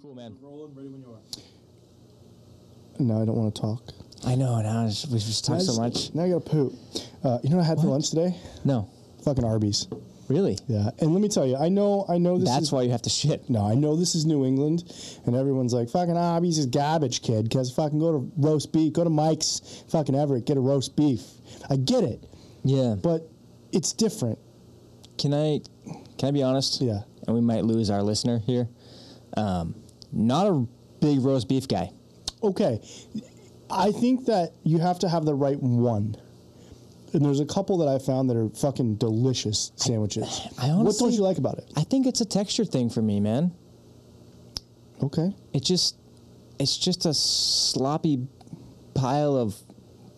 cool, man. Rolling, ready when you are. Now I don't want to talk. I know. Now it's- we've just Now I talked so just- much. Now I got to poop. Uh, you know what I had for What? lunch today? No, Fucking Arby's. really. Yeah. And let me tell you, I know, I know this. That's is, why you have to shit. No, I know this is New England, and everyone's like, "Fucking Arby's is garbage, kid." Because fucking go to roast beef, go to Mike's, fucking Everett, get a roast beef. I get it, Yeah. but it's different. Can I? Can I be honest? Yeah. And we might lose our listener here. Um, not a big roast beef guy. Okay, I think that you have to have the right one. And there's a couple that I found that are fucking delicious sandwiches. I what don't honestly- you like about it? I think it's a texture thing for me, man. Okay, It just, it's just a sloppy pile of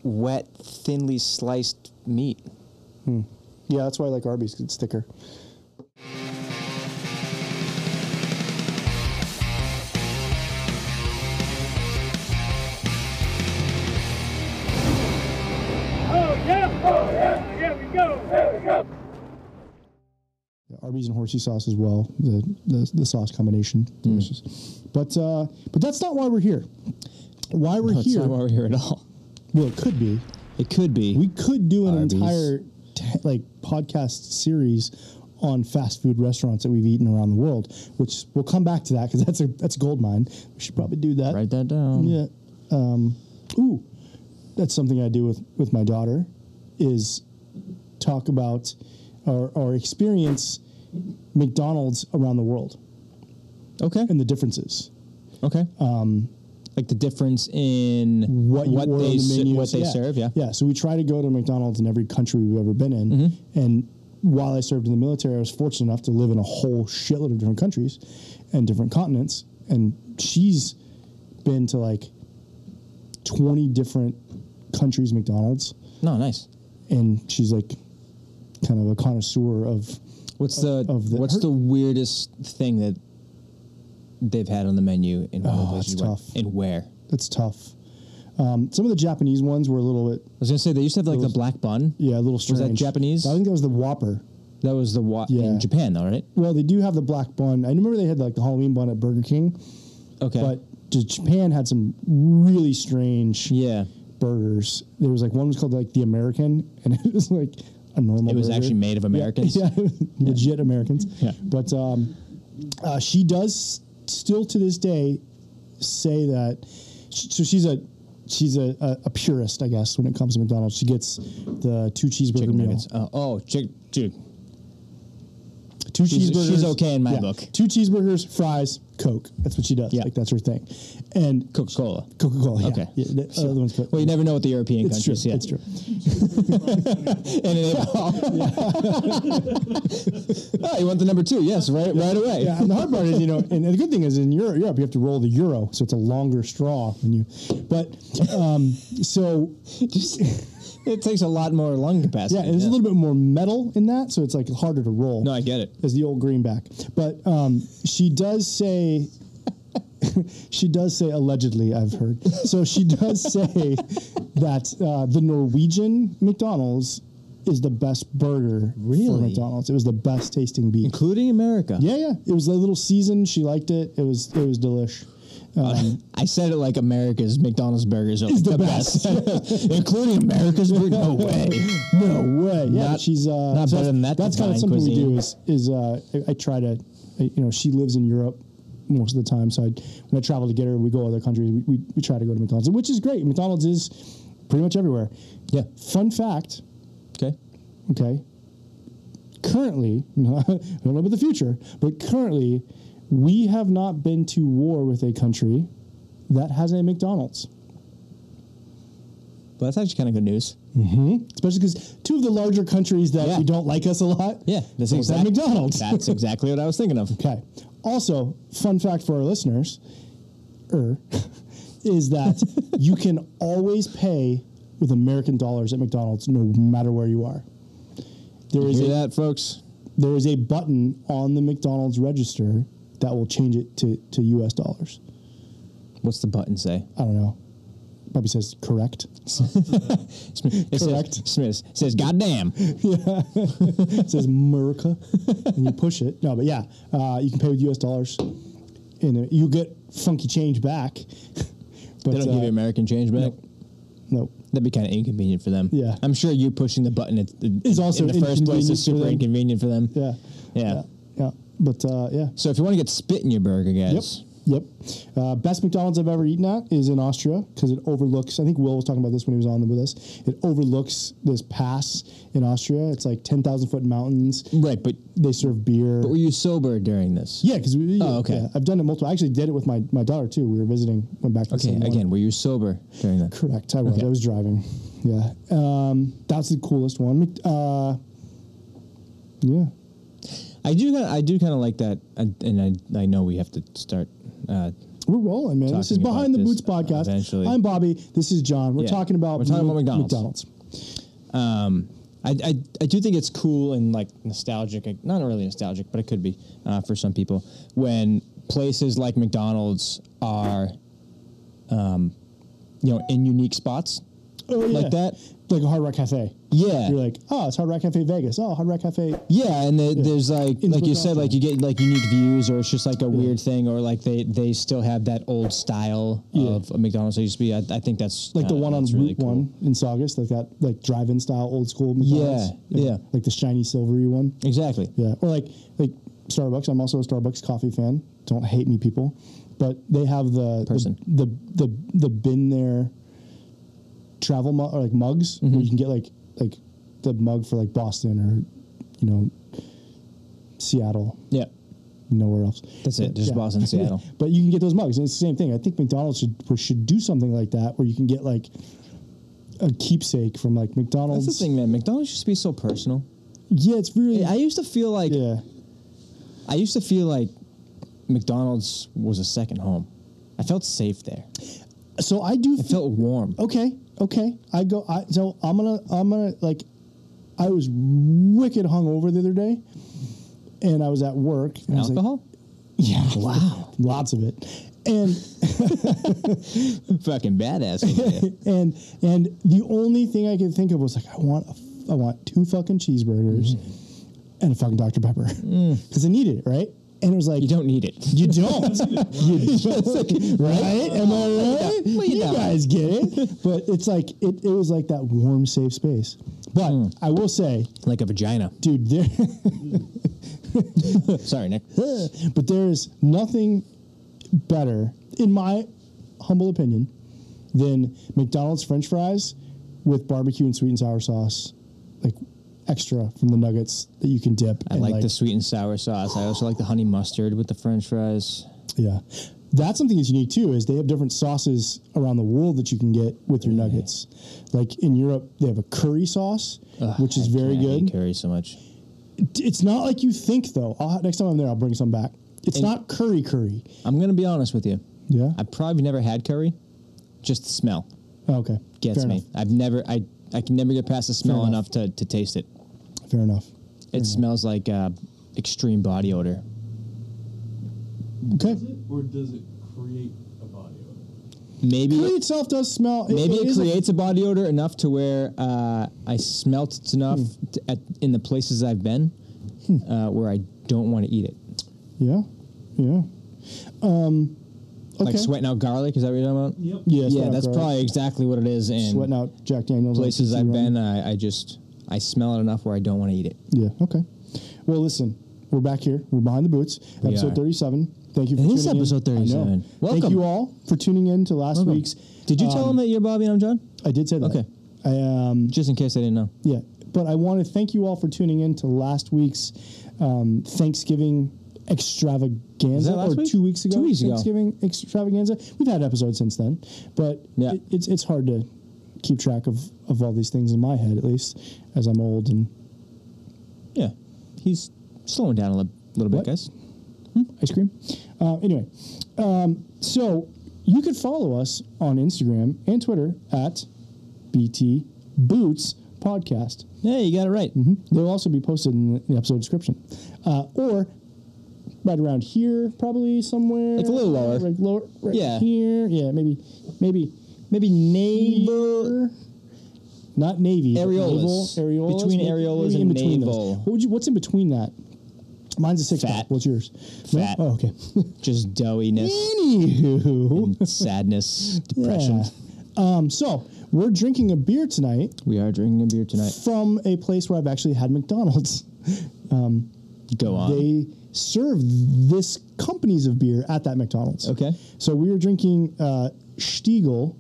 wet, thinly sliced meat. yeah, that's why I like Arby's. 'cause it's thicker. Oh, yeah. Oh, yeah. Here we go. Here we go. Arby's and horsey sauce as well. The the, the sauce combination, Mm. delicious. But uh, but that's not why we're here. Why we're No, it's here? not why we're here at all. well, it could be. It could be. We could do an Arby's. entire t- like podcast series on fast food restaurants that we've eaten around the world, which we'll come back to that because that's a that's a gold mine. We should probably do that. Write that down. Yeah. Um, ooh, that's something I do with with my daughter is talk about or, or experience McDonald's around the world Okay. and the differences. Okay. Um, like the difference in What, you order they on the se- menu, what they serve. Yeah. Yeah. So we try to go to McDonald's in every country we've ever been in. Mm-hmm. And while I served in the military, I was fortunate enough to live in a whole shitload of different countries and different continents. And she's been to like 20 different countries, McDonald's. No, nice. and she's like kind of a connoisseur of What's the, of the- what's her- the weirdest thing that they've had on the menu in one of the Oh, places that's you went? tough. and where? I that's tough um, some of the japanese ones were a little bit was gonna say they used to have like the black bun. yeah a little that strange Japanese? i think that was the whopper That was the wa- Yeah. in Japan, though, right? well they do have the black bun i remember they had like the halloween bun at burger king Okay. but J- japan had some really strange yeah, burgers there was like one was called like the american and it was like a normal it was burger. actually made of Americans. Yeah, legit Americans. Yeah. But um, uh, she does still to this day say that. sh- So she's a she's a, a, a purist, I guess, when it comes to McDonald's. She gets the two cheeseburger Chicken meal. nuggets. Oh, oh, chick, chick. Two She's- cheeseburgers. she's okay in my book. Two cheeseburgers, fries, Coke. That's what she does. Yeah. Like that's her thing. And Coca Cola. Coca Cola. Yeah. Okay. Yeah, the other one's Coke. Well, you never know what the European it's true. countries. Yeah, It's true. And they oh, you want the number two? Yes, right, right away. Yeah, and the hard part is, you know, and the good thing is in Europe, Europe you have to roll the euro, so it's a longer straw than you. But um, so Just- it takes a lot more lung capacity. yeah, there's a little bit more metal in that, so it's like harder to roll. No, I get it. As the old greenback, but um, she does say. She does say allegedly, I've heard. So she does say that uh, the Norwegian McDonald's is the best burger for Really? McDonald's. It was the best tasting beef. including America. Yeah, yeah. It was a little seasoned. She liked it. It was it was delish. I said it like America's McDonald's burgers are like Um, the, the best, including America's. burger. No way. No way. Yeah, Not- but she's uh, not so better than that That's kind of divine something we cuisine. do. Is is uh, I, I try to, I, you know, she lives in Europe most of the time. So I, when I travel to get her, we go other countries. We, we, we try to go to McDonald's, which is great. McDonald's is pretty much everywhere. Yeah. Fun fact. Okay. Okay. Currently, I don't know about the future, but currently, we have not been to war with a country that has a McDonald's. Well, that's actually kind of good news. especially because two of the larger countries that Yeah. we don't like us a lot. Yeah, that's both have exact- McDonald's. That's exactly what I was thinking of. okay. Also, fun fact for our listeners, er, is that you can always pay with American dollars at McDonald's, no matter where you are. There is Hear a, that, folks? there is a button on the McDonald's register that will change it to, to U.S. dollars. What's the button say? I don't know. Probably says correct. It Correct. Says, Smith it says, "Goddamn." It says America, and you push it. No, but yeah, uh, you can pay with U.S. dollars. and you get funky change back. but uh, They don't give you American change back. no. That'd be kind of inconvenient for them. Yeah. I'm sure you pushing the button at, Is also in the first place inconvenient is for super them. inconvenient for them. Yeah. Yeah. Yeah. yeah. But uh, yeah. So if you want to get spit in your burger, guys, Yep. Uh, best McDonald's I've ever eaten at is in Austria because it overlooks. I think Will was talking about this when he was on with us. It overlooks this pass in Austria. It's like ten thousand foot mountains. right? But They serve beer. were you sober during this? yeah, because we. Oh, okay. yeah, I've done it multiple. I actually did it with my, my daughter too. We were visiting. Went back. To the Okay. same one. Again, were you sober during that? Correct. I was. Okay. I was driving. Yeah. Um, that's the coolest one. Mc- Uh, yeah. I do. Kinda, I do kind of like that, and and I I know we have to start. Uh, We're rolling, man. This is Talking about behind the this uh, Boots podcast. eventually. I'm Bobby. This is John. We're Yeah. talking about We're talking about McDonald's. McDonald's. Um, I, I, I do think it's cool and like nostalgic, like, not really nostalgic, but it could be uh, for some people when places like McDonald's are, um, you know, in unique spots Oh, yeah. like that. like a Hard Rock Cafe. Yeah. You're like, oh, it's Hard Rock Cafe Vegas. Oh, Hard Rock Cafe. Yeah, and the, there's like In like you said, Philadelphia. like you get like unique views, or it's just like a weird thing, or like they they still have that old style Yeah. of McDonald's that used to be. I, I think that's Like the uh, one on that's Route really cool. One in Saugus, like that, like drive-in style, old school. McDonald's. Yeah, yeah. Like the shiny silvery one. Exactly. Yeah, or like like Starbucks. I'm also a Starbucks coffee fan. Don't hate me, people. But they have the Person. the the the, the bin there travel mu- or like mugs Mm-hmm. where you can get like like the mug for like Boston or you know Seattle, Yeah. nowhere else. That's it, But, just Boston, Seattle. but you can get those mugs, and it's the same thing. I think McDonald's should should do something like that where you can get like a keepsake from like McDonald's. That's the thing, man. McDonald's used to be so personal. Yeah, it's really I used to feel like yeah. I used to feel like McDonald's was a second home. I felt safe there. So I do I felt warm. okay, okay. I go. I so I'm gonna I'm gonna like. I was wicked hungover the other day, and I was at work. and I was like- Alcohol? yeah. Wow. Lots of it, and Fucking badass. over there. and and the only thing I could think of was like I want a f- I want two fucking cheeseburgers and a fucking Dr Pepper because I need it right. And it was like Mm-hmm. Mm. you don't need it. You don't. you don't. right? Am I right? Yeah. Well, you you know. guys get it. But it's like it, it was like that warm, safe space. But Hmm. I will say, Like a vagina. dude, there Sorry, Nick. but there is nothing better, in my humble opinion, than McDonald's French fries with barbecue and sweet and sour sauce. Like extra from the nuggets that you can dip. I and, like the sweet and sour sauce. I also like the honey mustard with the french fries. Yeah. That's something that's unique too, is they have different sauces around the world that you can get with your nuggets. Like in Europe, they have a curry sauce, Ugh, which is I very can't eat good. curry so much. It's not like you think though. I'll, next time I'm there, I'll bring some back. It's not curry curry. I'm going to be honest with you. Yeah. I've probably never had curry. Just the smell Oh, okay. gets Fair me. Enough. I've never, I, I can never get past the smell enough. enough to, to taste it. Fair enough. It smells like uh, extreme body odor. Okay. Does it or does it create a body odor? Maybe Curry itself does smell. Maybe it, is a- creates a body odor enough to where uh, I smelt it enough Hmm. t at, in the places I've been uh, where I don't want to eat it. yeah. Yeah. Um, okay. Like sweating out garlic, is that what you're talking about? Yep. Yeah. sweat yeah, out that's garlic. probably exactly what it is. In sweating out Jack Daniels. like places you I've see around. been, I, I just I smell it enough where I don't want to eat it. Yeah. Okay. Well, listen, we're back here. We're behind the boots. We episode are. 37. Thank you for It tuning is episode in. I know. 37. Welcome. Thank you all for tuning in to last Welcome. week's. Did you tell um, him that you're Bobby and I'm John? I did say that. Okay. I, um, Just in case I didn't know. yeah. But I want to thank you all for tuning in to last week's um, Thanksgiving extravaganza Was that last or week? two weeks ago. Two weeks ago. Thanksgiving extravaganza. We've had episodes since then, but Yeah. it, it's it's hard to keep track of, of all these things in my head, at least as I'm old and Yeah, he's slowing down a li- little bit, What? guys. ice cream. Uh, anyway, um, so you could follow us on Instagram and Twitter at BT Boots Podcast. Yeah, you got it right. They'll also be posted in the- in the episode description, uh, or right around here, probably somewhere, Like a little lower. right, lower, right Yeah. here, yeah, maybe, maybe Maybe navel. here. Not navy. but Areolas. navel, areolas. Between maybe- areolas and maybe in between those. navel. What would you, what's in between that? Mine's a six Fat. pack. What's yours? No? Fat. Oh, okay. Just doughiness, Anywho, sadness, depression. Yeah. Um, so we're drinking a beer tonight We are drinking a beer tonight. from a place where I've actually had McDonald's. Go on. They serve this companies of beer at that McDonald's. Okay. So we were drinking uh, Stiegel,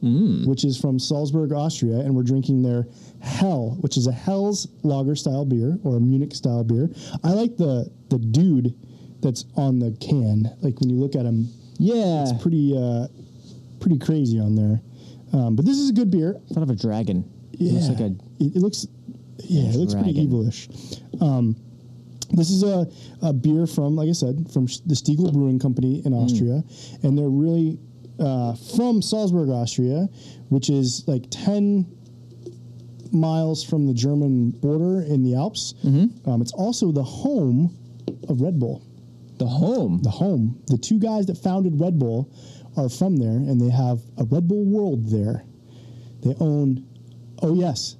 which is from Salzburg, Austria, and we're drinking their Hell, which is a Hell's lager style beer or a Munich style beer. I like the the dude that's on the can. Like when you look at him, yeah. it's pretty uh, pretty crazy on there. Um, but this is a good beer. I thought of a dragon. Yeah. It looks like a It, it looks, yeah, it looks pretty dragon. evilish. Um, this is a, a beer from, like I said, from Sh- the Stiegel Brewing Company Mm. in Austria, and they're really uh, from Salzburg, Austria, which is like ten miles from the German border in the Alps. Mm-hmm. Um, it's also the home of Red Bull the home. the home. The two guys that founded Red Bull are from there, and they have a Red Bull World there. They own, oh yes,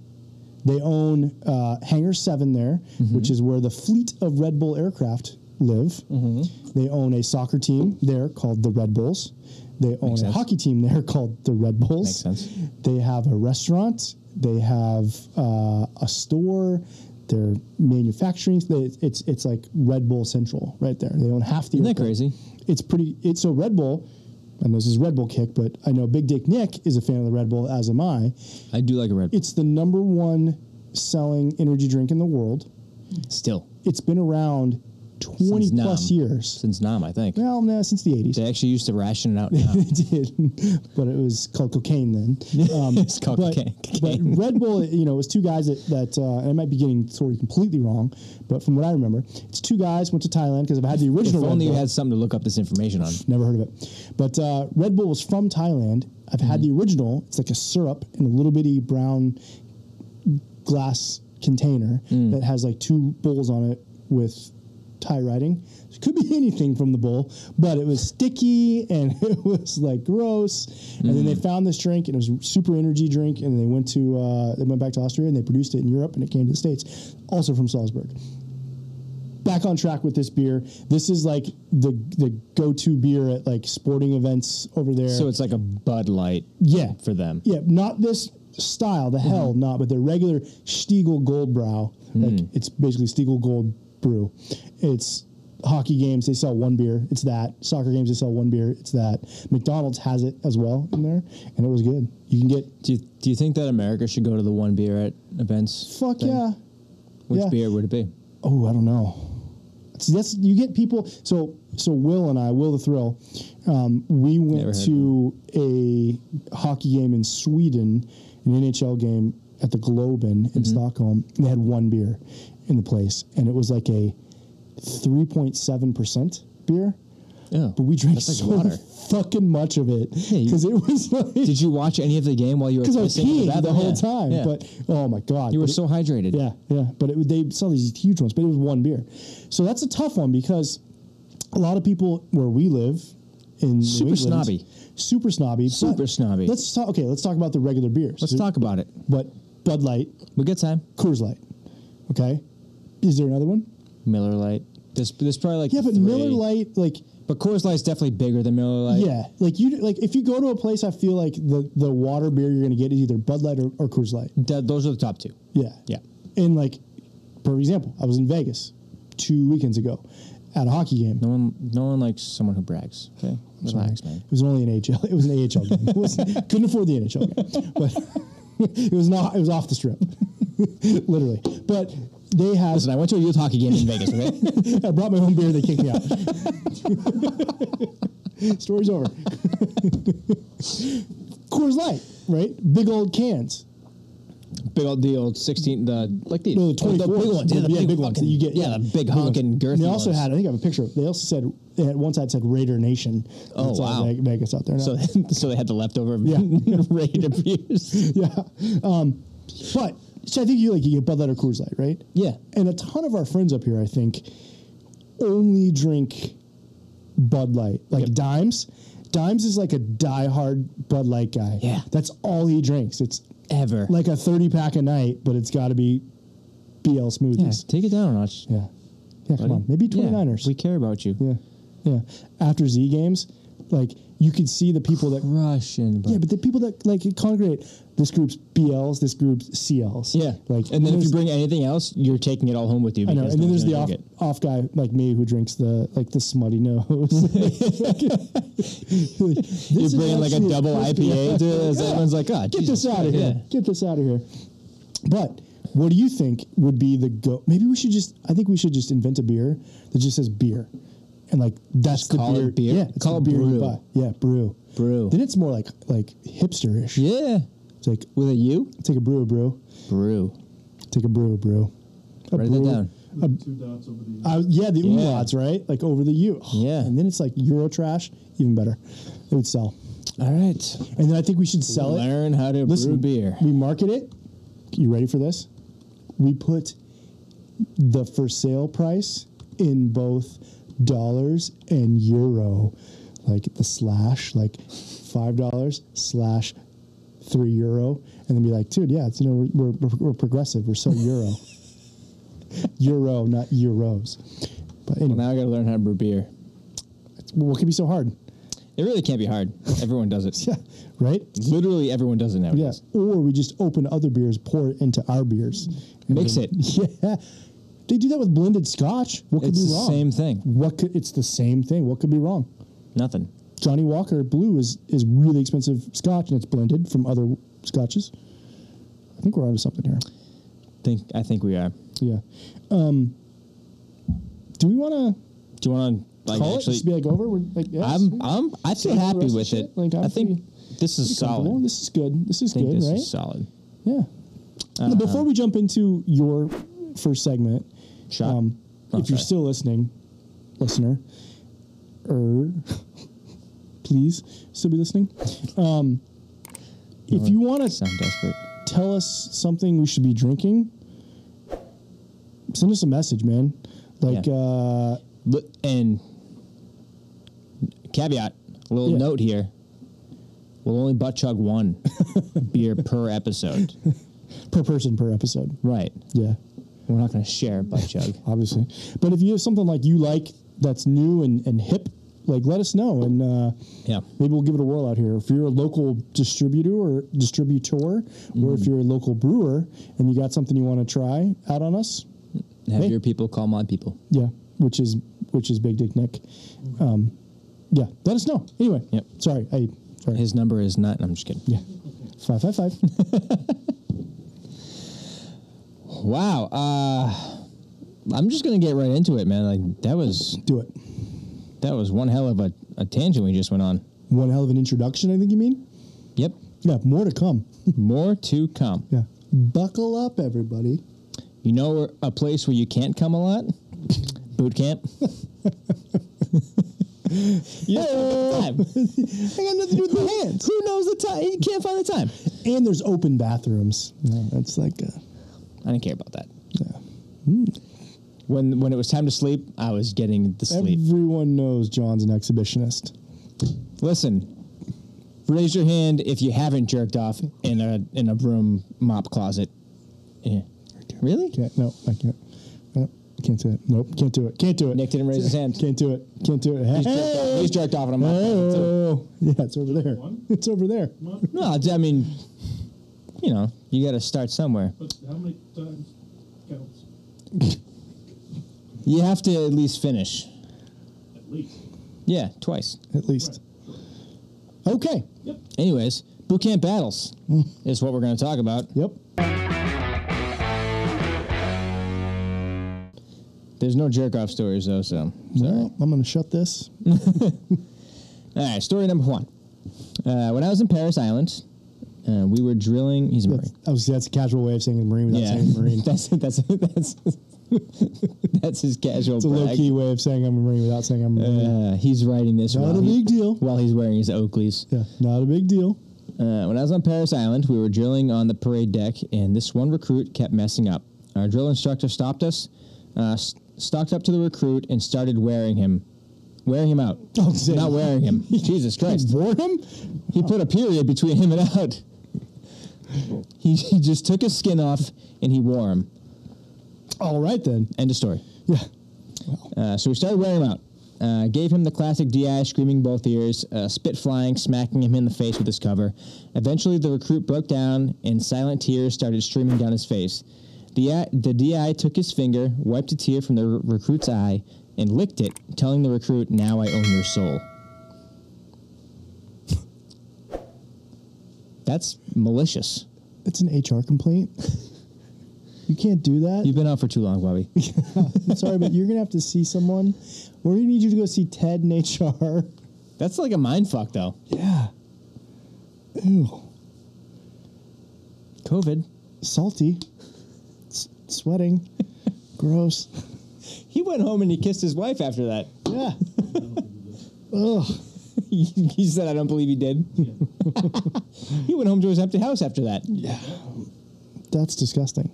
they own uh, Hangar Seven there, Mm-hmm. which is where the fleet of Red Bull aircraft live. Mm-hmm. They own a soccer team there called the Red Bulls. They own a sense. hockey team there called the Red Bulls. Makes sense. They have a restaurant. They have uh, a store. They're manufacturing. They, it's it's like Red Bull Central right there. They own half the. Isn't that airport. crazy? It's pretty. It's so Red Bull. I know this is Red Bull kick, but I know Big Dick Nick is a fan of the Red Bull, as am I. I do like a red. It's the number one selling energy drink in the world. Still It's been around twenty Since plus Nam. years. since Nam, I think Well, no, since the eighties. they actually used to ration it out. Now. They did, but it was called cocaine then. Um, It's called but, cocaine. but Red Bull, you know, it was two guys that, that uh, and I might be getting the story completely wrong, but from what I remember, it's two guys went to Thailand because I've had the if original. Red only you Bull. had something to look up this information on. Never heard of it. But uh, Red Bull was from Thailand. I've had Mm-hmm. the original. It's like a syrup in a little bitty brown glass container Mm. that has like two bowls on it with Thai writing. It could be anything from the bowl, but it was sticky and it was like gross. And then they Mm. found this drink and it was a super energy drink. And they went to uh, they went back to Austria and they produced it in Europe and it came to the states, also from Salzburg back on track with this beer. This is like the the go to beer at like sporting events over there. So it's like a Bud Light. Yeah. For them. yeah, not this style, the hell not, but the regular Stiegel Gold Brow. Like it's basically Stiegel Gold Brew. It's hockey games they sell one beer. It's that soccer games they sell one beer. It's that McDonald's has it as well in there, and it was good. You can get Do you, do you think that America should go to the one beer at events? fuck thing? yeah. Which yeah. beer would it be? Oh, I don't know. See, that's you get people. So, so Will and I, Will the Thrill, um, we Never went heard to a hockey game in Sweden, an NHL game at the Globen in Mm-hmm. Stockholm. and They had one beer in the place, and it was like a three point seven percent beer. Oh, But we drank that's so like water. fucking much of it you- because it was like Did you watch any of the game while you were because pissing I in the peed the bathroom? whole Yeah. time. Yeah. But oh my god, you were But it- so hydrated. yeah, yeah. But it, they sell these huge ones, but it was one beer. So that's a tough one because a lot of people where we live in New Super England- snobby. super snobby, but Super snobby. Let's talk. Okay, let's talk about the regular beers. Let's talk about it. But Bud Light, We got time. Coors Light. Okay, is there another one? Miller Light. This this probably like Yeah, but three. Miller Light, like But Coors Light's definitely bigger than Miller Light. yeah, like you like if you go to a place, I feel like the the water beer you're gonna get is either Bud Light or, or Coors Light. Th- those are the top two. Yeah. Yeah. And like, for example, I was in Vegas two weekends ago at a hockey game. No one no one likes someone who brags. Okay, relax, man. It was only an AHL. It was an AHL game. It was, couldn't afford the NHL game, but it was not. It was off the strip, literally. But they have. Listen, I went to a youth hockey game in Vegas. Okay, I brought my own beer. They kicked me out. Story's over. Coors Light, right? Big old cans. big old the old sixteen the like the, No, the oh, twenty four. big ones. Yeah, the yeah, big, big ones. ones. that You get yeah, the big honking girthy. They also ones. had. I think I have a picture. of it. They also said they had one side said Raider Nation. Oh, It's all wow. Ve- Vegas out there. now. so so they had the leftover Yeah. raid abuse. yeah. Um, but so I think you like you get Bud Light or Coors Light, right? Yeah. And a ton of our friends up here, I think, only drink Bud Light, like Yep. Dimes. Dimes is like a diehard Bud Light guy. Yeah. That's all he drinks. It's Ever like a thirty pack a night, but it's got to be BL yeah, smoothies. take it down a notch. Yeah. Yeah, come buddy. on. Maybe Yeah, 29ers. we care about you. Yeah, yeah. After Z games, like you could see the people that. Russian, but Yeah, but the people that like congregate. This group's BLs. This group's CLs. Yeah. like and then if you there's- bring anything else, you're taking it all home with you. I know, because and then no there's one's the gonna off, drink off guy like me who drinks the like the smutty nose. it. You're You're bringing like a double IPA to it. Everyone's like, "Ah, God, Get this out of here. Get this out of here. But what do you think would be the go? Maybe we should just. I think we should just invent a beer that just says beer, and like that's Just the call it beer. beer? Yeah, it's Call the it beer you brew. buy. Yeah, brew. Brew. Then it's more like like hipsterish. Yeah. It's like With a U? take a brew, brew. Brew. Take a brew, brew. A Write that brew. down. With the two dots over the. Uh, yeah, the Yeah. umlauts, right? Like over the U. Oh, Yeah. And then it's like Euro trash, even better. It would sell. All right. And then I think we should sell it. Learn how to brew beer. We market it. You ready for this? We put the for sale price in both dollars and euro, like the slash, like five dollars slash three euro, and then be like, dude, yeah, it's you know we're we're, we're progressive, we're so euro, euro, not euros. But Well, anyway, now I got to learn how to brew beer. what could be so hard? It really can't be hard. Everyone does it. Yeah, right. Literally, everyone does it Yeah, nowadays. or we just open other beers, pour it into our beers, And Mix then- it. Yeah, they do that with blended Scotch. What could It's be the wrong? same thing. What could? It's the same thing. What could be wrong? Nothing. Johnny Walker Blue is is really expensive Scotch, and it's blended from other scotches. I think we're onto something here. Think I think we are. Yeah. Um, do we want Do you want to to like call it? actually? Just be like over. We're like, yes. I'm I'm I feel Save the happy rest of with shit. it. Like, I'm I think this pretty is comfortable. solid. This is good. This is I think good, this right? is solid. Yeah. Now, Before we jump into your first segment, Shot. Oh, Um, if you're sorry. still listening, listener, er, please still be listening. Um, if you want to Sound desperate. tell us something we should be drinking, send us a message, man. Like, Yeah. uh, Look, and caveat, a little Yeah. note here. We'll only butt chug one beer per episode. per person per episode. Right. Yeah, We're not going to share a butt chug. obviously. But if you have something like you like that's new and, and hip, like let us know and uh, Yeah. maybe we'll give it a whirl out here. If you're a local distributor or distributor, or Mm-hmm. if you're a local brewer and you got something you want to try out on us, Have Hey. your people call my people. yeah, which is which is Big Dick Nick. Um, yeah, let us know. Anyway, Mm-hmm. Yep. sorry, I sorry. His number is not. I'm just kidding. yeah, five five five. Wow. Uh, I'm just gonna get right into it, man. Like that was Do it. that was one hell of a, a tangent we just went on. One hell of an introduction, I think you mean. Yep. Yeah, more to come. More to come. Yeah, buckle up, everybody. You know a place where you can't come a lot? Boot camp. yeah. I got nothing to do with my hands. Who knows the time? You can't find the time. And there's open bathrooms. Yeah, that's like a, I didn't care about that. yeah. When when it was time to sleep, I was getting the sleep. Everyone knows John's an exhibitionist. Listen, raise your hand if you haven't jerked off in a in a room mop closet. Yeah. Really? Can't no, I can't. No, can't do it. Nope, can't do it. Can't do it. Nick didn't raise his hand. Can't do it. Can't do it. Hey. He's jerked off, he's jerked off in a mop closet too. Oh, yeah, it's over there. One? It's over there. What? No, I mean, you know, you got to start somewhere. But how many times counts? You have to at least finish. At least. Yeah, twice. At least. Okay. Yep. Anyways, boot camp battles is what we're going to talk about. Yep. There's no jerk off stories though, so sorry. Well, I'm gonna shut this. All right, story number one. Uh, when I was in Paris Island, uh, we were drilling. He's a That's, marine. I was, that's a casual way of saying marine without saying marine. that's that's that's that's his casual. It's a brag. low key way of saying I'm a marine without saying I'm a marine. Uh, he's writing this Not while, a he- big deal. while he's wearing his Oakleys. yeah, not a big deal. Uh, when I was on Paris Island, we were drilling on the parade deck, and this one recruit kept messing up. Our drill instructor stopped us, uh, s- stalked up to the recruit, and started wearing him, wearing him out. Oh, shit. Not wearing him. Jesus Christ! Bore him? He put a period between him and out. He, he just took his skin off and he wore him. All right then. End of story. Yeah. Uh, so we started wearing him out. Uh, gave him the classic DI, screaming both ears, uh, spit flying, smacking him in the face with his cover. Eventually, the recruit broke down, and silent tears started streaming down his face. The, I- the DI took his finger, wiped a tear from the re- recruit's eye, and licked it, telling the recruit, "Now I own your soul." That's malicious. It's an HR complaint. you can't do that. You've been out for too long, Bobby. I'm sorry, but you're gonna have to see someone. We're gonna need you to go see Ted in HR. That's like a mind fuck, though. Yeah. Ew. COVID. Salty. S- sweating. Gross. He went home and he kissed his wife after that. Yeah. he he said, "I don't believe he did." he went home to his empty house after that. That's disgusting.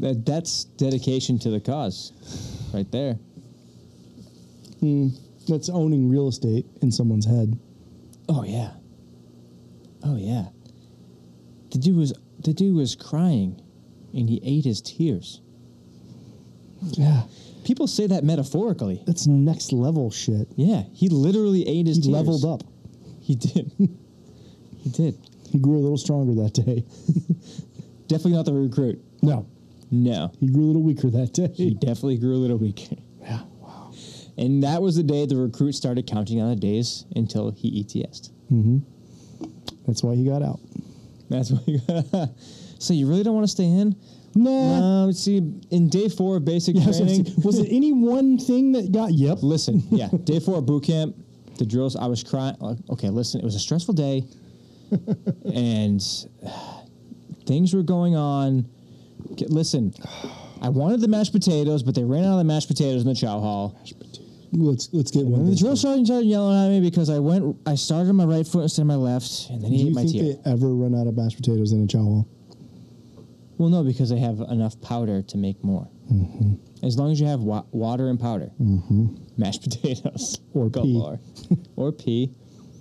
that that's dedication to the cause, right there. That's owning real estate in someone's head. Oh yeah. Oh yeah. The dude was the dude was crying, and he ate his tears. Yeah. People say that metaphorically. That's next level shit. Yeah, he literally ate his. He tears. leveled up. He did. he did. He grew a little stronger that day. Definitely not the recruit. No. No, He grew a little weaker that he day. definitely grew a little weaker. Yeah. And that was the day the recruit started counting on the days until he E ETS'd. That's why he got out. That's what you So you really don't want to stay in? Nah. Um, see, in day four of basic Yeah, I was, gonna training, say, was it any one thing that got? Yep. listen, yeah, day four of boot camp, the drills, I was crying. like, Okay, listen, it was a stressful day, and things were going on. Okay, listen, I wanted the mashed potatoes, but they ran out of the mashed potatoes in the chow hall. Let's let's get one. And the thing drill sergeant started yelling at me because I went, I started on my right foot instead of my left, and then he Do ate you my think tear. they ever run out of mashed potatoes in a chow hall? Well, no, because they have enough powder to make more. Mm-hmm. As long as you have wa- water and powder, mashed potatoes Or Go pea. lower. or pea.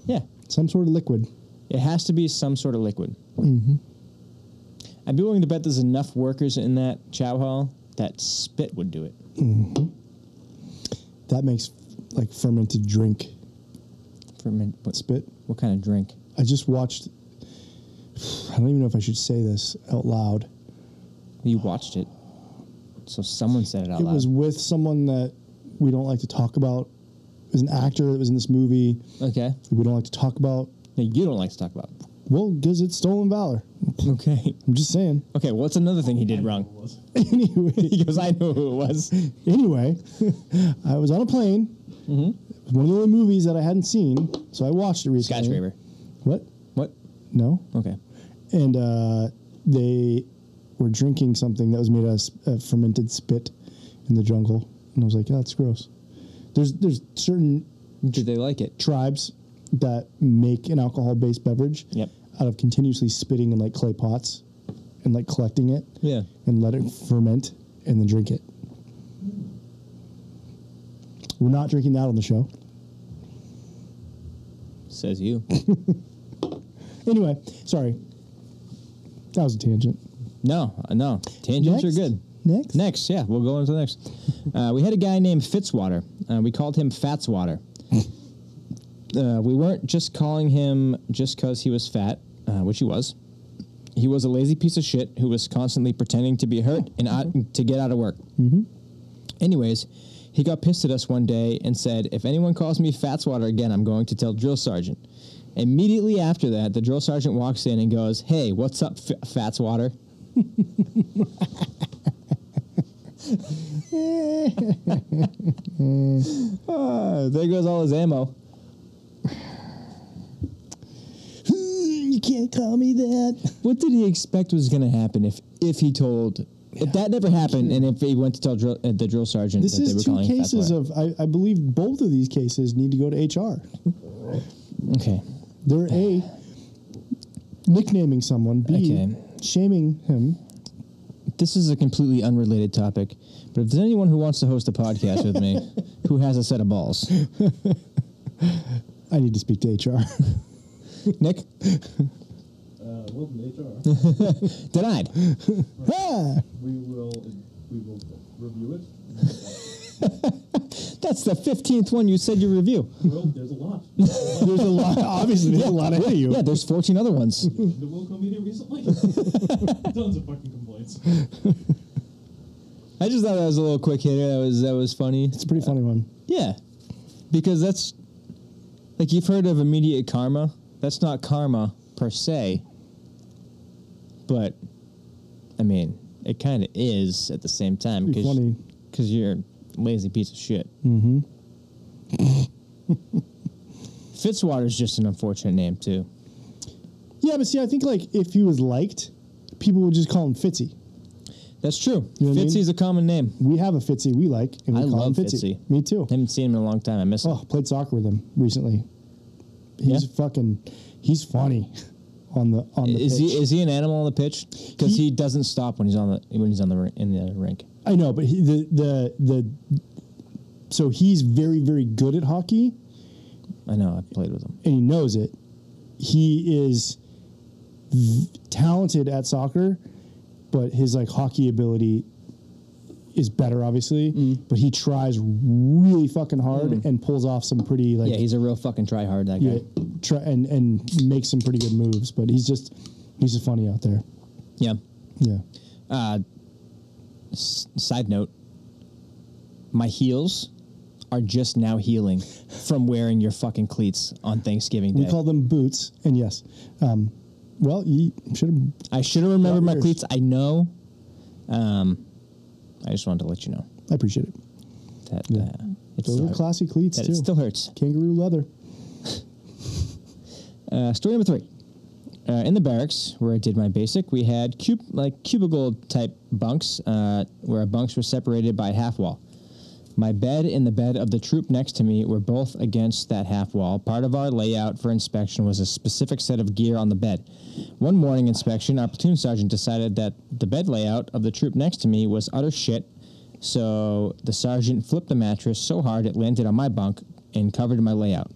Yeah, Some sort of liquid. it has to be some sort of liquid. Mm-hmm. I'd be willing to bet there's enough workers in that chow hall that spit would do it. That makes like fermented drink For min- what, spit. what kind of drink? I just watched. I don't even know if I should say this out loud. You watched it, so someone said it out it loud. was with someone that we don't like to talk about. It was an actor that was in this movie okay, that we don't like to talk about. that you don't like to talk about. Well, because it's stolen valor. Okay, I'm just saying. okay. What's another thing he I did know wrong? it was. anyway, He goes, I know who it was. anyway, I was on a plane. Mm-hmm. It was one of the only movies that I hadn't seen, so I watched it recently. Skyscraper. What? What? No. Okay. and uh, they were drinking something that was made out of sp- uh, fermented spit in the jungle. And I was like, oh, that's gross. There's there's certain Did they like it? tribes that make an alcohol based beverage Yep. out of continuously spitting in like clay pots and like collecting it Yeah. and let it ferment and then drink it. We're not drinking that on the show. Says you. Anyway, sorry. That was a tangent. no, uh, no. Tangents are good. Next. Next, yeah, we'll go on to the next. Uh, we had a guy named Fitzwater. Uh, we called him Fatswater. uh, we weren't just calling him just because he was fat, uh, which he was. He was a lazy piece of shit who was constantly pretending to be hurt and out, to get out of work. Mm-hmm. Anyways, he got pissed at us one day and said, "If anyone calls me Fatswater again, I'm going to tell drill sergeant." Immediately after that, the drill sergeant walks in and goes, "Hey, what's up, F- Fatswater?" Uh, there goes all his ammo. Mm, You can't call me that. What did he expect was going to happen if if he told if that never happened and if he went to tell drill, uh, the drill sergeant This that they were is two calling him cases Fatwater? of, I, I believe both of these cases need to go to HR. okay They're A, nicknaming someone, B, Okay. shaming him. this is a completely unrelated topic but if there's anyone who wants to host a podcast with me who has a set of balls I need to speak to HR. Nick Uh, welcome to HR. denied Ah, We will uh, We will review it. That's the 15th one you said you review. Well, there's a lot. There's a lot. Obviously, there's a lot ahead of you. Yeah, there's 14 other ones. The Wilco media recently. Tons of fucking complaints. I just thought that was a little quick hitter. That was that was funny. It's a pretty funny one. Yeah, because that's like you've heard of immediate karma. That's not karma per se, but I mean, it kind of is at the same time Pretty funny. because you're a lazy piece of shit. Mm-hmm. Fitzwater's just an unfortunate name too. Yeah, but see, I think like if he was liked, people would just call him Fitzy. That's true. You know what I mean? Fitzy's a common name. We have a Fitzy we like, and we I call love him Fitzy. Fitzy. Me too. Haven't seen him in a long time. I miss him. Oh, played soccer with him recently. He's Yeah? fucking. He's funny on the on the Is pitch. he is he an animal on the pitch? Because He- he, doesn't stop when he's on the when he's on the ri- in the rink. I know, but he, the the the. So he's very very good at hockey, I know. I played with him. and he knows it. He is v- talented at soccer, but his like hockey ability is better, obviously. Mm-hmm. But he tries really fucking hard and pulls off some pretty like Mm. Yeah, he's a real fucking tryhard. That guy. yeah, try, and and makes some pretty good moves. But he's just he's just funny out there. Yeah. Yeah. Uh, s- side note. My heels are just now healing from wearing your fucking cleats on Thanksgiving Day. We call them boots, and yes, um, well, you should have. I should have remembered my yours. cleats. I know. Um, I just wanted to let you know I appreciate it. that Yeah. uh, it's Those still, are classy cleats that too. it still hurts. Kangaroo leather. Uh, story number three. Uh, in the barracks where I did my basic, we had cub- like cubicle type bunks uh, where our bunks were separated by a half wall. My bed and the bed of the troop next to me were both against that half wall. Part of our layout for inspection was a specific set of gear on the bed. One morning inspection, our platoon sergeant decided that the bed layout of the troop next to me was utter shit, so the sergeant flipped the mattress so hard it landed on my bunk and covered my layout.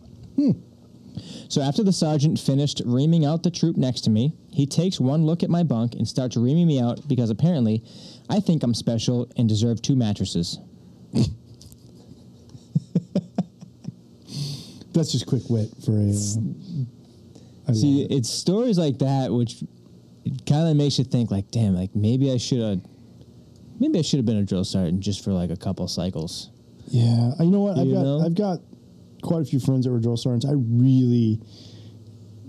So after the sergeant finished reaming out the troop next to me, he takes one look at my bunk and starts reaming me out because apparently I think I'm special and deserve two mattresses. That's just quick wit for a. Uh, I See, love it. it's stories like that which kind of makes you think like, damn, like maybe I should have maybe I should have been a drill sergeant just for like a couple cycles. yeah, you know what? I've you got know? I've got quite a few friends that were drill sergeants. I really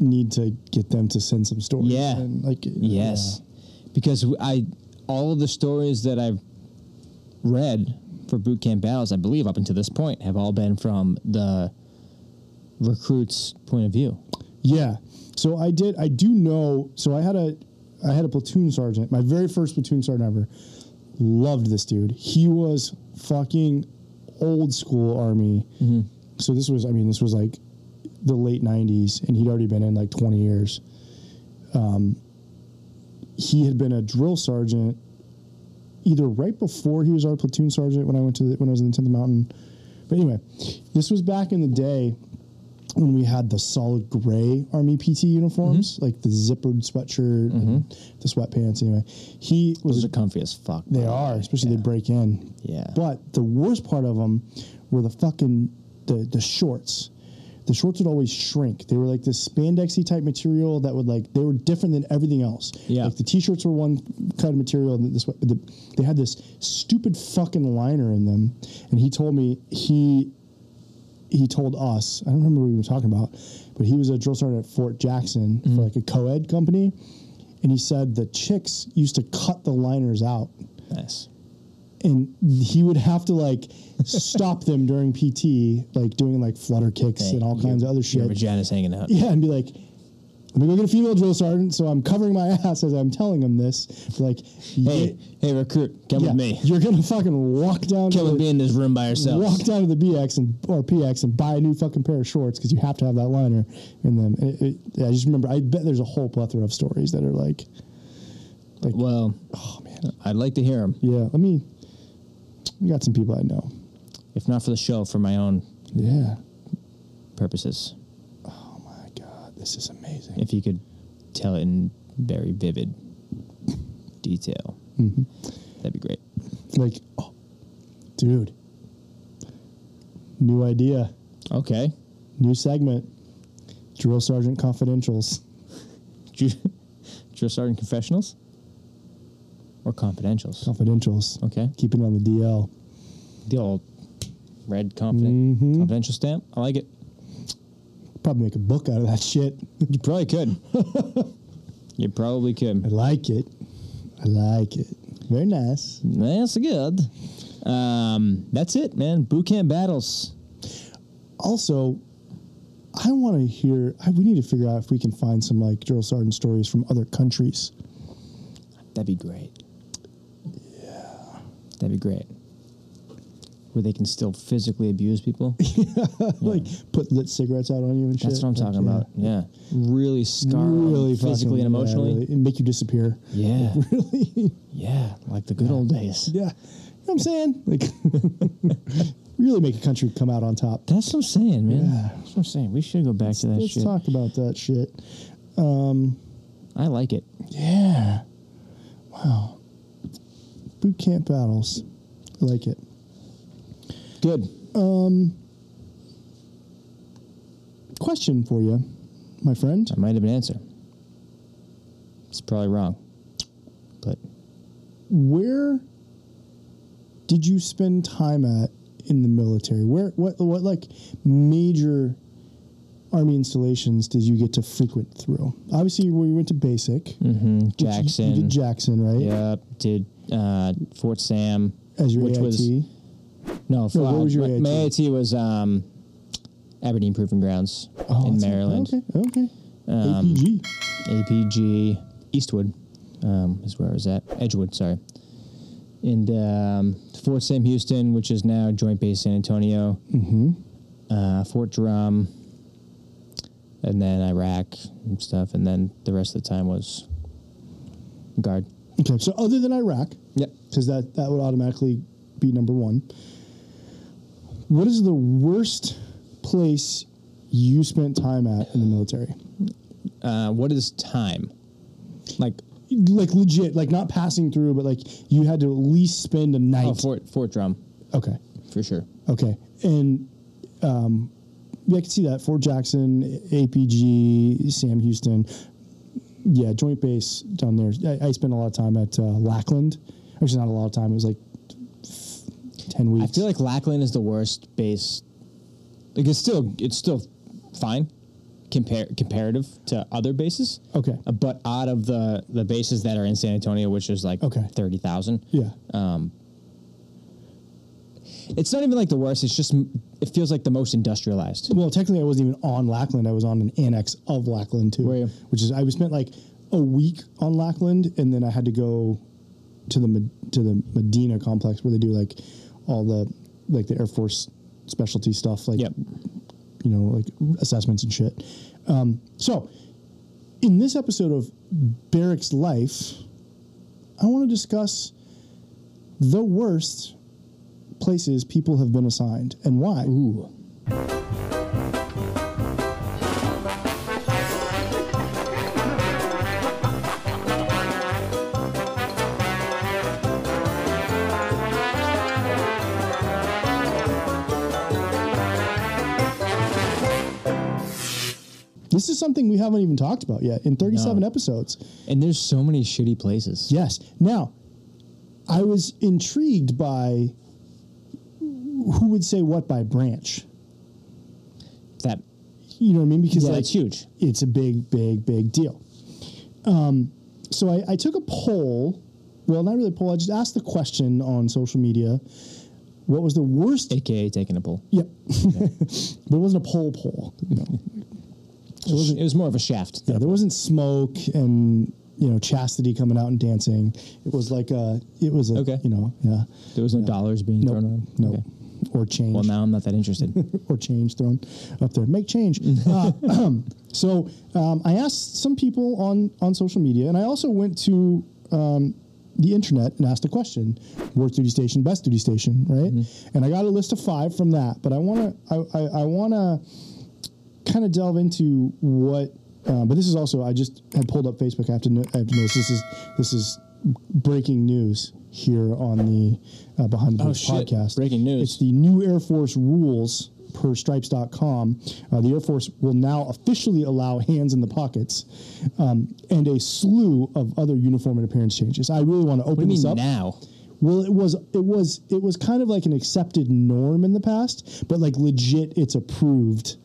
need to get them to send some stories. Yeah. and like Yes. Because I all of the stories that I've read for boot camp battles, I believe up until this point have all been from the recruits point of view. Yeah. So I did. I do know. So I had a, I had a platoon sergeant. My very first platoon sergeant ever. Loved this dude. He was fucking old school army. Mm-hmm. So this was. I mean, this was like the late '90s, and he'd already been in like 20 years. Um, he had been a drill sergeant. Either right before he was our platoon sergeant when I went to the, when I was in the 10th Mountain, but anyway, this was back in the day when we had the solid gray army PT uniforms, Mm-hmm. like the zippered sweatshirt, and the sweatpants. Anyway, he was. Those are comfy as fuck. by They the are, way. especially they break in. Yeah. But the worst part of them were the fucking the the shorts. The shorts would always shrink. They were like this spandexy type material that would like they were different than everything else. Yeah. Like the t-shirts were one kind of material, and this the, they had this stupid fucking liner in them. And he told me he he told us, I don't remember what we were talking about, but he was a drill sergeant at Fort Jackson Mm-hmm. for like a co ed company. And he said the chicks used to cut the liners out nice. and he would have to like stop them during PT, like doing like flutter kicks Hey, and all kinds of other Your shit. vagina's hanging out. Yeah, and be like, let me go get a female drill sergeant. So I'm covering my ass as I'm telling him this. Like, Hey, hey, recruit, come yeah, with me. you're gonna fucking walk down Come to with me in this room by the, yourself. walk down to the BX and or PX and buy a new fucking pair of shorts because you have to have that liner in them. And it- it- I just remember, I bet there's a whole plethora of stories that are like, Well, oh man, I'd like to hear them. yeah. Let me. We got some people I know. If not for the show, for my own Yeah. purposes. Oh my god, this is amazing. If you could tell it Mm-hmm. in very vivid detail, that'd be great. Like, oh, dude, new idea, Okay. new segment, drill sergeant confidentials. Ju- Drill Sergeant Confessionals? Or Confidentials? Confidentials. Okay. Keeping it on the DL. The old red confident, Mhm. confidential stamp. I like it. Probably make a book out of that shit. You probably could. you probably I could. like it. I like it. Very nice. That's good. Um, that's it, man. Boot camp battles. Also, I want to hear. I, we need to figure out if we can find some like drill sergeant stories from other countries. That'd be great. Yeah. That'd be great. Where they can still physically abuse people. like put lit cigarettes out on you and shit. That's what I'm talking Like, about. Yeah. Really scar Really physically fucking- and emotionally. yeah, really. and make you disappear. Yeah. Really? Yeah. Like the good old days. yeah. You know what I'm saying? Like, really make a country come out on top. That's what I'm saying, man. Yeah. That's what I'm saying. We should go back to that Let's shit. talk about that shit. I like it. Yeah. Wow. Boot camp battles. I like it. Good. Question for you, my friend. I might have an answer. It's probably wrong. But Where did you spend time at in the military? Where what what like major army installations did you get to frequent through? Obviously, we went to basic. hmm which you- You Jackson. did Jackson, right? Yep. Did uh, Fort Sam. As your which AIT. was no. No, what was your my, AIT? my AIT was um, Aberdeen Proving Grounds Oh, in that's- Maryland. Okay. Okay. Um, APG. APG Eastwood um, is where I was at. Edgewood, sorry. And um, Fort Sam Houston, which is now Joint Base San Antonio. Mm-hmm. Uh, Fort Drum, and then Iraq and stuff, and then the rest of the time was guard. Okay. So other than Iraq, Yep. because that, that would automatically be number one. What is the worst place you spent time at in the military? Uh, what is time? Like Like legit, like not passing through, but like you had to at least spend a night. oh, Fort Fort Drum okay, for sure. okay, and um, yeah, I can see that Fort Jackson, APG, Sam Houston, yeah, Joint Base down there. I, I spent a lot of time at uh, Lackland. Actually, not a lot of time. It was like ten I weeks. feel like Lackland is the worst base. Like it's still it's still fine, compare comparative to other bases. okay, Uh, But out of the the bases that are in San Antonio, which is like Okay. thirty thousand, yeah, it's not even like the worst. It's just m- it feels like the most industrialized. Well, technically, I wasn't even on Lackland. I was on an annex of Lackland too, Were you? which is I spent like a week on Lackland, and then I had to go to the Me- to the Medina complex where they do like all the like the Air Force specialty stuff, like Yep. you know, like assessments and shit. Um, so, in this episode of Barracks Life, I want to discuss the worst places people have been assigned and why. Ooh. This is something we haven't even talked about yet in 37 No. episodes. And there's so many shitty places. Yes. Now, I was intrigued by who would say what by branch. That You know what I mean? Because yeah, like, that's huge. it's a big, big, big deal. Um, so I, I took a poll. Well, not really a poll. I just asked the question on social media. What was the worst AKA taking a pull. Yep. but it wasn't a poll poll. You know. It was, more of a shaft. Yeah, there wasn't smoke and you know chastity coming out and dancing. It was like a, it was a, Okay. you know, yeah, There was no dollars being no, thrown around. no, Okay. or change, Well, now I'm not that interested. or change thrown up there. Make change. uh, so um, I asked some people on on social media, and I also went to um, the internet and asked a question: worst duty station, best duty station, right? Mm-hmm. And I got a list of five from that. But I wanna, I, I, I wanna kind of delve into what, uh, but this is also I just had pulled up Facebook. I have to know, I have to know this. This is this is breaking news here on the uh, Behind the Oh, Boots shit. podcast. Breaking news. It's the new Air Force rules per stripes.com. Uh, the Air Force will now officially allow hands in the pockets um, and a slew of other uniform and appearance changes. I really want to What do you open this mean up. now? Well, it was it was it was kind of like an accepted norm in the past, but like legit, it's approved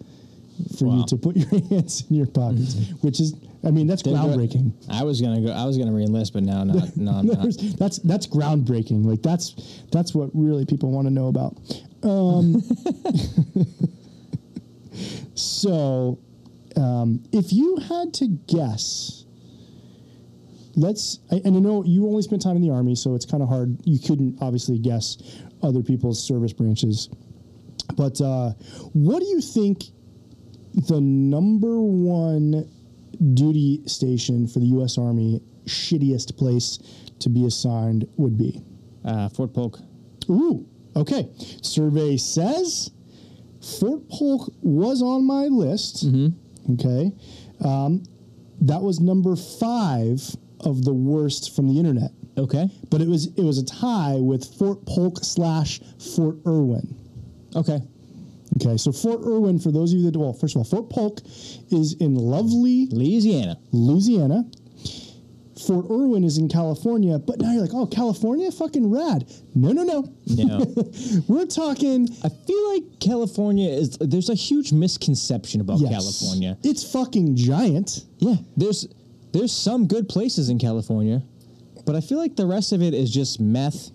for Wow. Mm-hmm. you to put your hands in your pockets, which is, I mean, that's Didn't do it. groundbreaking. I was gonna go. I was gonna re-enlist, but now not. No, I'm not. There's- that's that's groundbreaking. Like that's that's what really people want to know about. Um, so, um, if you had to guess, let's I- and I know you only spent time in the army, so it's kind of hard. You couldn't obviously guess other people's service branches, but uh, what do you think the number one duty station for the U.S. Army shittiest place to be assigned would be? Uh, Fort Polk. Ooh, okay. Survey says Fort Polk was on my list. Okay. Um, that was number five of the worst from the internet, Okay. but it was it was a tie with Fort Polk slash Fort Irwin. Okay. Okay, so Fort Irwin, for those of you that well, first of all, Fort Polk is in lovely Louisiana. Louisiana. Fort Irwin is in California, but now you're like, oh, California, fucking rad. No, no, no. No. We're talking I feel like California is. There's a huge misconception about yes. Oh, California. It's fucking giant. Yeah. There's there's some good places in California, but I feel like the rest of it is just meth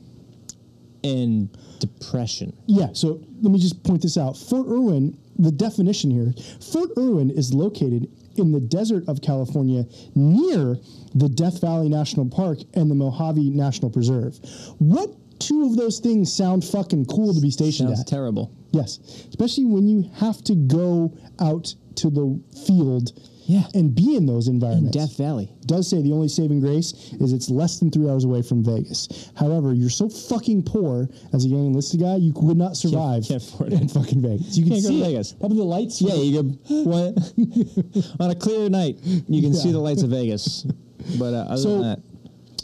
and depression. Yeah, so let me just point this out. Fort Irwin, the definition here Fort Irwin is located in the desert of California near the Death Valley National Park and the Mojave National Preserve. What two of those things sound fucking cool to be stationed Sounds at? terrible. Yes, especially when you have to go out to the field Yeah. and be in those environments. Death Valley. It does say the only saving grace is it's less than three hours away from Vegas. However, you're so fucking poor as a young enlisted guy, you would not survive can't afford in it. fucking Vegas. You can Can't go to see it. Vegas. Probably the lights. Yeah, you can what, on a clear night you can see Yeah. the lights of Vegas. But uh, other than So- that,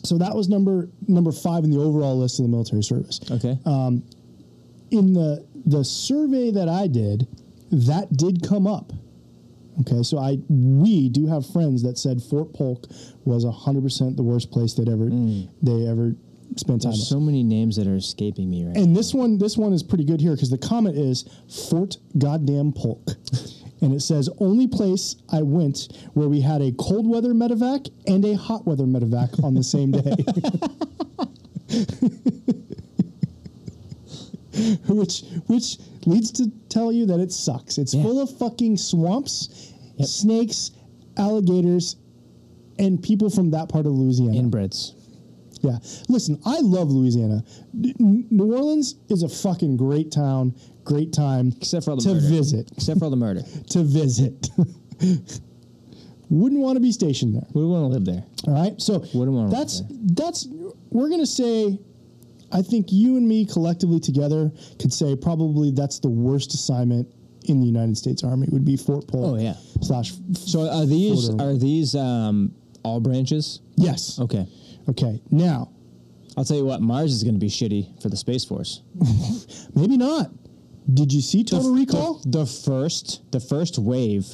So that was number number five in the overall list of the military service. okay. in the the survey that I did, that did come up. Okay, so I we do have friends that said Fort Polk was hundred percent the worst place they'd ever they ever spent time. on. Mm. There's so many names that are escaping me right now. and this one this one is pretty good here because the comment is Fort Goddamn Polk, and it says only place I went where we had a cold weather medevac and a hot weather medevac on the same day. which which leads to tell you that it sucks. It's Yeah. full of fucking swamps, snakes, alligators, and people from that part of Louisiana. Inbreds. Yeah. Listen, I love Louisiana. N- New Orleans is a fucking great town, great time Except for all the to murder. visit. Except for all the murder. To visit. Wouldn't want to be stationed there. We want to live there. All right. So am I wrong that's with that's we're gonna say I think you and me collectively together could say probably that's the worst assignment in the United States Army would be Fort Polk. Oh, yeah. Slash So are these Florida. are these um, all branches? Yes. Okay. Okay. Now, I'll tell you what, Mars is going to be shitty for the Space Force. maybe not. Did you see Total Recall? The, the first the first wave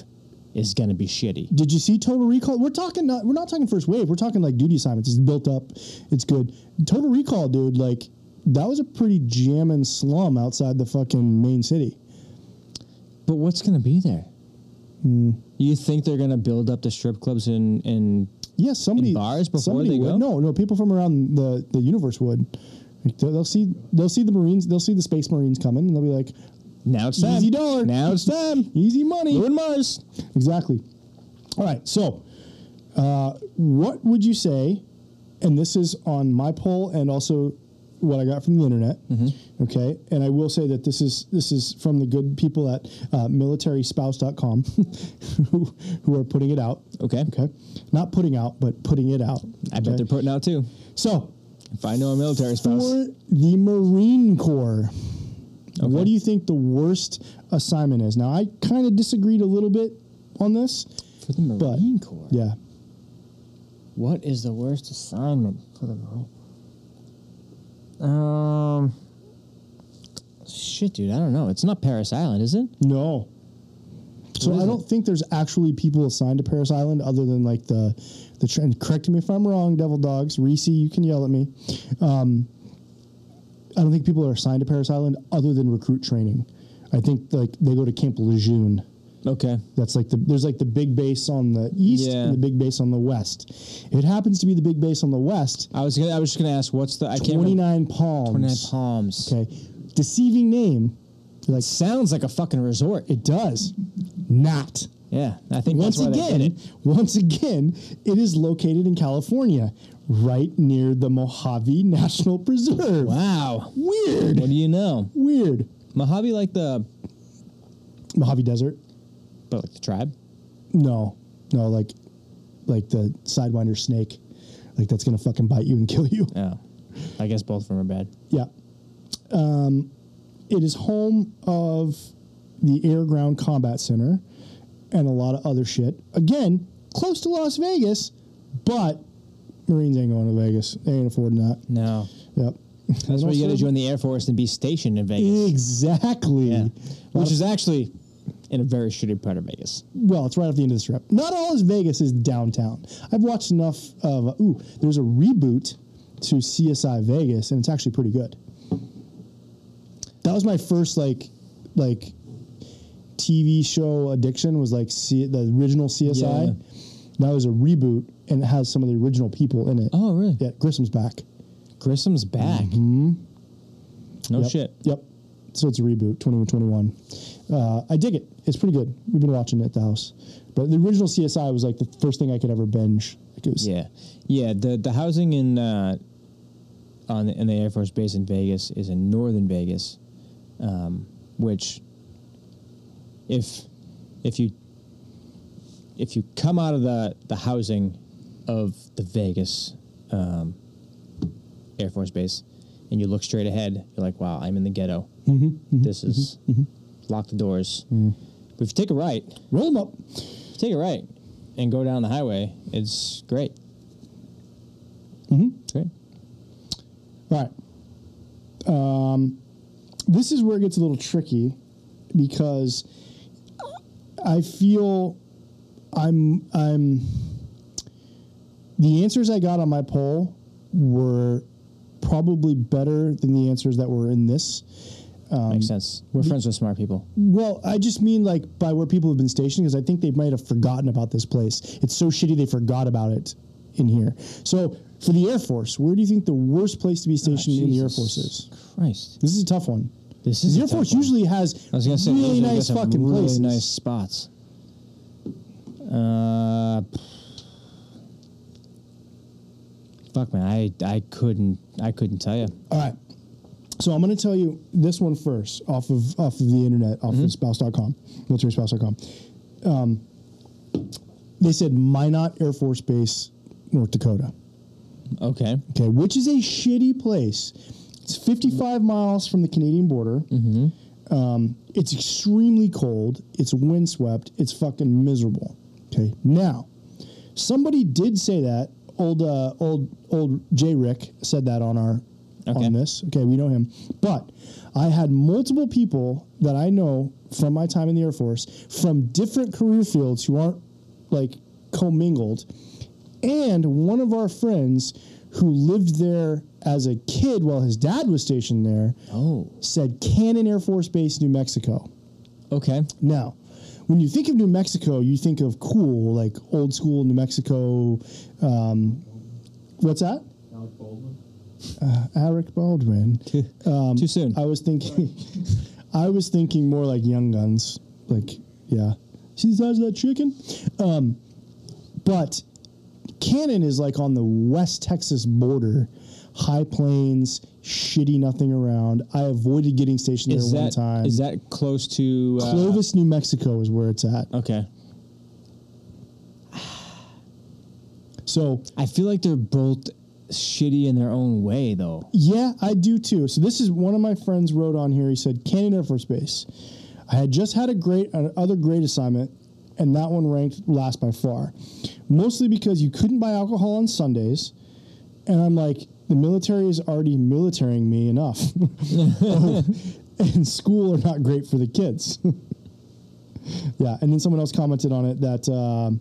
is going to be shitty. Did you see Total Recall? We're talking not we're not talking first wave. We're talking like duty assignments. It's built up. It's good. Total Recall, dude. Like that was a pretty jamming slum outside the fucking main city. But what's going to be there? Hmm. You think they're going to build up the strip clubs in in Yeah, somebody In bars before somebody they would. go? No, no. People from around the the universe would. Like, They'll, they'll see they'll see the Marines. They'll see the Space Marines coming, and they'll be like, now it's time. Easy dollar. Now it's time. easy money. We're in Mars. Exactly. All right. So, uh, what would you say? And this is on my poll and also what I got from the internet. Mm-hmm. Okay. And I will say that this is this is from the good people at uh, militaryspouse.com who, who are putting it out. Okay. Okay. Not putting out, but putting it out. I bet okay? they're putting out too. So, If I know a military spouse, for the Marine Corps. What do you think the worst assignment is? Now, I kind of disagreed a little bit on this. for the Marine Corps. Yeah. What is the worst assignment for the night? Um, shit, dude, I don't know. It's not Paris Island, is it? No. So What is I don't it? think there's actually people assigned to Paris Island other than like the the trend. Correct me if I'm wrong, Devil Dogs. Reese, you can yell at me. Um, I don't think people are assigned to Paris Island other than recruit training. I think like they go to Camp Lejeune. Okay. That's like the there's like the big base on the east Yeah. and the big base on the west. It happens to be the big base on the west. I was gonna, I was just gonna ask, what's the I can't Twenty remember. nine palms. Twenty Nine Palms. Okay, deceiving name. Like Sounds like a fucking resort. it does not. yeah, I think Once that's why they did again, it. once again, it is located in California, right near the Mojave National Preserve. Wow. Weird. What do you know? Weird. Mojave, like the Mojave Desert? but like the tribe. No, no, like, like the sidewinder snake, like that's gonna fucking bite you and kill you. Oh, I guess both of them are bad. Yeah. Um, it is home of the Air Ground Combat Center and a lot of other shit. Again, close to Las Vegas, but Marines ain't going to Vegas. They ain't affording that. No, Yep. that's where you got to also- join the Air Force and be stationed in Vegas. Exactly. Yeah, which is actually in a very shitty part of Vegas. Well, it's right off the end of the strip. Not all of Vegas is downtown. I've watched enough of. Ooh, there's a reboot to CSI Vegas, and it's actually pretty good. That was my first like, like, TV show addiction was like C, the original CSI. That was a reboot, and it has some of the original people in it. Oh, really? Yeah, Grissom's back. Grissom's back. Mm-hmm. No yep. Oh, shit. Yep. So it's a reboot, 2121. Uh, I dig it. It's pretty good. We've been watching it at the house. But the original CSI was like the first thing I could ever binge. Like it was, Yeah, yeah. The the housing in uh, on the, in the Air Force Base in Vegas is in northern Vegas, um, which if if you if you come out of the the housing of the Vegas um, Air Force Base and you look straight ahead, you're like, wow, I'm in the ghetto. this is lock the doors. But if you take a right, Roll them up. take a right and go down the highway. It's great. Mm-hmm. Great. All right. Um, this is where it gets a little tricky because I feel I'm I'm the answers I got on my poll were probably better than the answers that were in this. Um, Makes sense. We're friends with smart people. Well, I just mean like by where people have been stationed because I think they might have forgotten about this place. It's so shitty they forgot about it in here. So for the Air Force, where do you think the worst place to be stationed in the Air Ah, Jesus Force is? Christ. This is a tough one. This is the a Air tough Force one. usually has I was gonna say really those are nice some fucking really places. nice spots. Uh, fuck man, I I couldn't I couldn't tell you. All right. So I'm going to tell you this one first off of off of the internet, off Mm-hmm. of spouse.com, militaryespouse.com. Um, they said Minot Air Force Base, North Dakota. Okay. okay, which is a shitty place. It's 55 miles from the Canadian border. Um, it's extremely cold. It's windswept. It's fucking miserable. Okay, now somebody did say that old uh, old old J Rick said that on our Okay. on this. Okay, we know him, but I had multiple people that I know from my time in the Air Force from different career fields who aren't like commingled and one of our friends who lived there as a kid while his dad was stationed there Oh. said Cannon Air Force Base, New Mexico. Okay. Now, when you think of New Mexico, you think of cool, like old school New Mexico. Um, what's that? Alec Baldwin. Eric Baldwin. Too soon. Um, I was thinking, I was thinking more like Young Guns. Like, yeah, see the size of that chicken. Um, but Cannon is like on the West Texas border, high plains, shitty nothing around. I avoided getting stationed is there one that time. is that close to uh, Clovis, New Mexico, is where it's at. Okay. So I feel like they're both shitty in their own way, though. Yeah, I do too. So this is one of my friends wrote on here. He said, "Cannon Air Force Base. I had just had a great another great assignment, and that one ranked last by far. mostly because you couldn't buy alcohol on Sundays. And I'm like, the military is already militarying me enough. and school are not great for the kids. yeah. And then someone else commented on it that um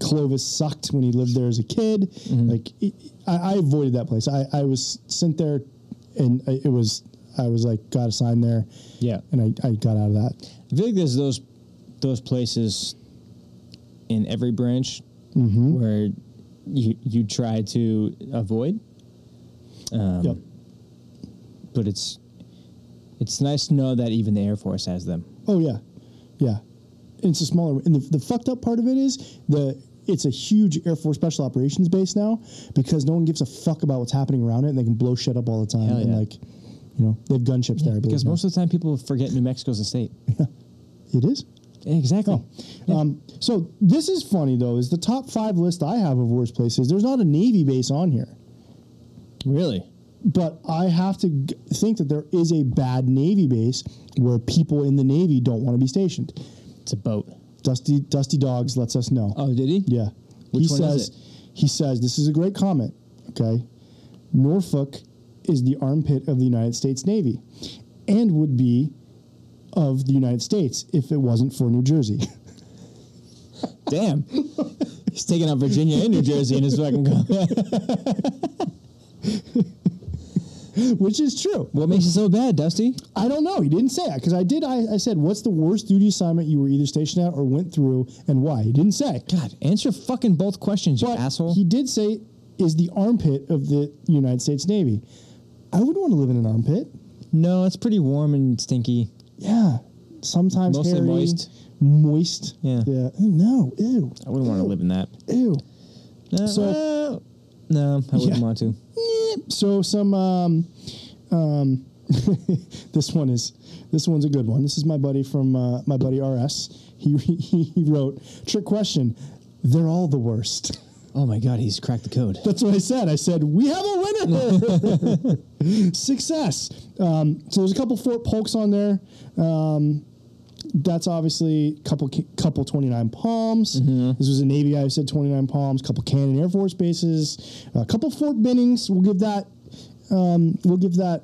Clovis sucked when he lived there as a kid. Mm-hmm. Like, it, I, I avoided that place. I, I was sent there and I- it was, I was like, got assigned there. Yeah. And I, I got out of that. I feel like there's those those places in every branch where you you try to avoid, Um, yep. but it's it's nice to know that even the Air Force has them. Oh yeah, yeah. It's a smaller, and the, the fucked up part of it is the it's a huge Air Force Special Operations base now because no one gives a fuck about what's happening around it, and they can blow shit up all the time. Hell And yeah. like, you know, they have gunships there. I believe Because now. most of the time people forget New Mexico's a state. it is. Yeah, Uh, exactly. Oh. Um, so this is funny though. Is the top five list I have of worst places? There's not a Navy base on here, Really? but I have to g- think that there is a bad Navy base where people in the Navy don't want to be stationed. It's a boat. Dusty Dusty Dogs lets us know. Oh, did he? Yeah. Which he one says is it? he says this is a great comment, okay? Norfolk is the armpit of the United States Navy and would be of the United States if it wasn't for New Jersey. Damn. He's taking out Virginia and New Jersey in his fucking car. Which is true. What makes it so bad, Dusty? I don't know. He didn't say that because I did. I, I said, "What's the worst duty assignment you were either stationed at or went through, and why?" He didn't say. God, answer fucking both questions, you But asshole. He did say, "Is the armpit of the United States Navy." I wouldn't want to live in an armpit. no, it's pretty warm and stinky. Yeah. Sometimes Mostly hairy, moist. Moist. Yeah. Yeah. Ooh, No. Ew. I wouldn't want to live in that. Ew. No, Oh. So- well, no, I wouldn't Yeah. want to. Nyeh. Eh, So some um, um, this one is this one's a good one. This is my buddy from uh, my buddy RS. He he, he wrote trick question. They're all the worst. Oh my god, he's cracked the code. That's what I said. I said, we have a winner. Success. Um, so there's a couple Fort Polks on there. Um, that's obviously couple couple 29 Palms. Mm-hmm. This was a Navy guy who said 29 Palms, couple Cannon Air Force bases, a couple Fort Bennings. We'll give that um, we'll give that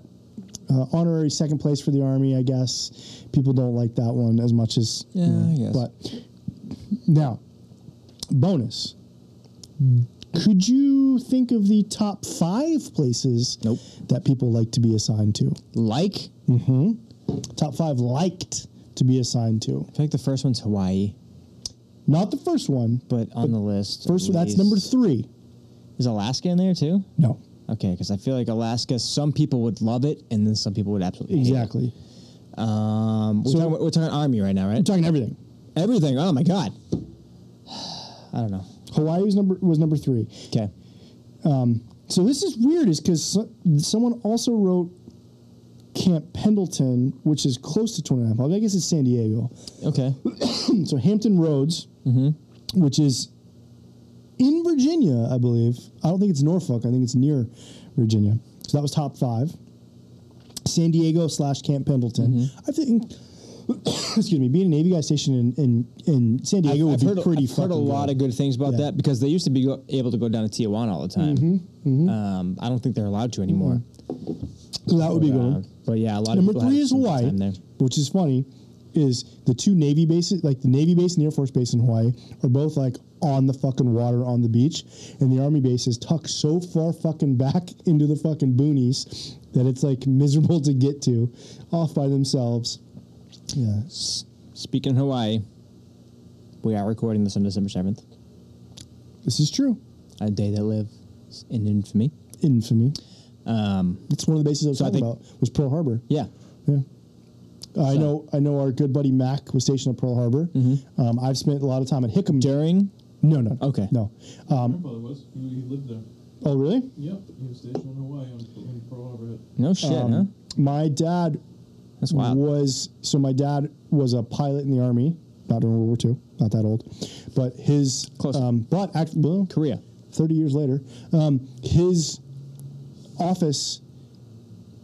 uh, honorary second place for the Army, I guess. People don't like that one as much as Yeah, I guess. But now, bonus. Could you think of the top five places Nope. that people like to be assigned to? Like? I Top five liked to be assigned to. feel like the first one's Hawaii, Not the first one. but on the list. First, at that's least- number three. Is Alaska in there too? No, Okay, because I feel like Alaska, some people would love it, and then some people would absolutely hate it. exactly. Um, we're, So- talking, we're talking army right now, right? I'm talking everything. Everything. Oh my god. I don't know. Hawaii was number was number three. Okay. So this is weird, is because so, someone also wrote Camp Pendleton, which is close to 29 Palms. I guess it's San Diego. Okay. so Hampton Roads, Mm-hmm. which is in Virginia, I believe. I don't think it's Norfolk. I think it's near Virginia. So that was top five. San Diego slash Camp Pendleton. Mm-hmm. I think. excuse me. Being a Navy guy stationed in in, in San Diego would I've be heard, a- pretty I've heard a fucking lot good. of good things about Yeah. that because they used to be go, able to go down to Tijuana all the time. Mm-hmm, Um, I don't think they're allowed to anymore. So that would be a But, good. uh, one. but yeah, a lot Number of people three had is some good Hawaii, time there. which is funny, is the two Navy bases, like the Navy base and the Air Force base in Hawaii, are both like on the fucking water on the beach, and the Army base is tucked so far fucking back into the fucking boonies that it's like miserable to get to, off by themselves. Yeah, S- Speaking of Hawaii, we are recording this on December seventh, this is true. a day that lives in infamy. Infamy. Um, That's one of the bases I was So I talking think- about was Pearl Harbor. yeah. Yeah. I know. I know. Our good buddy Mac was stationed at Pearl Harbor. Um, I've spent a lot of time at Hickam. Mm-hmm. During no, no, Okay. no. My Um, grandfather was. He, he lived there. oh, really? Yep, he was stationed in Hawaii on in Pearl Harbor. Head. no shit, Um, huh? My dad That's wild. was so my dad was a pilot in the army, not during World War II, not that old, but his Close. Um, but act, well, Korea. thirty years later, um, his office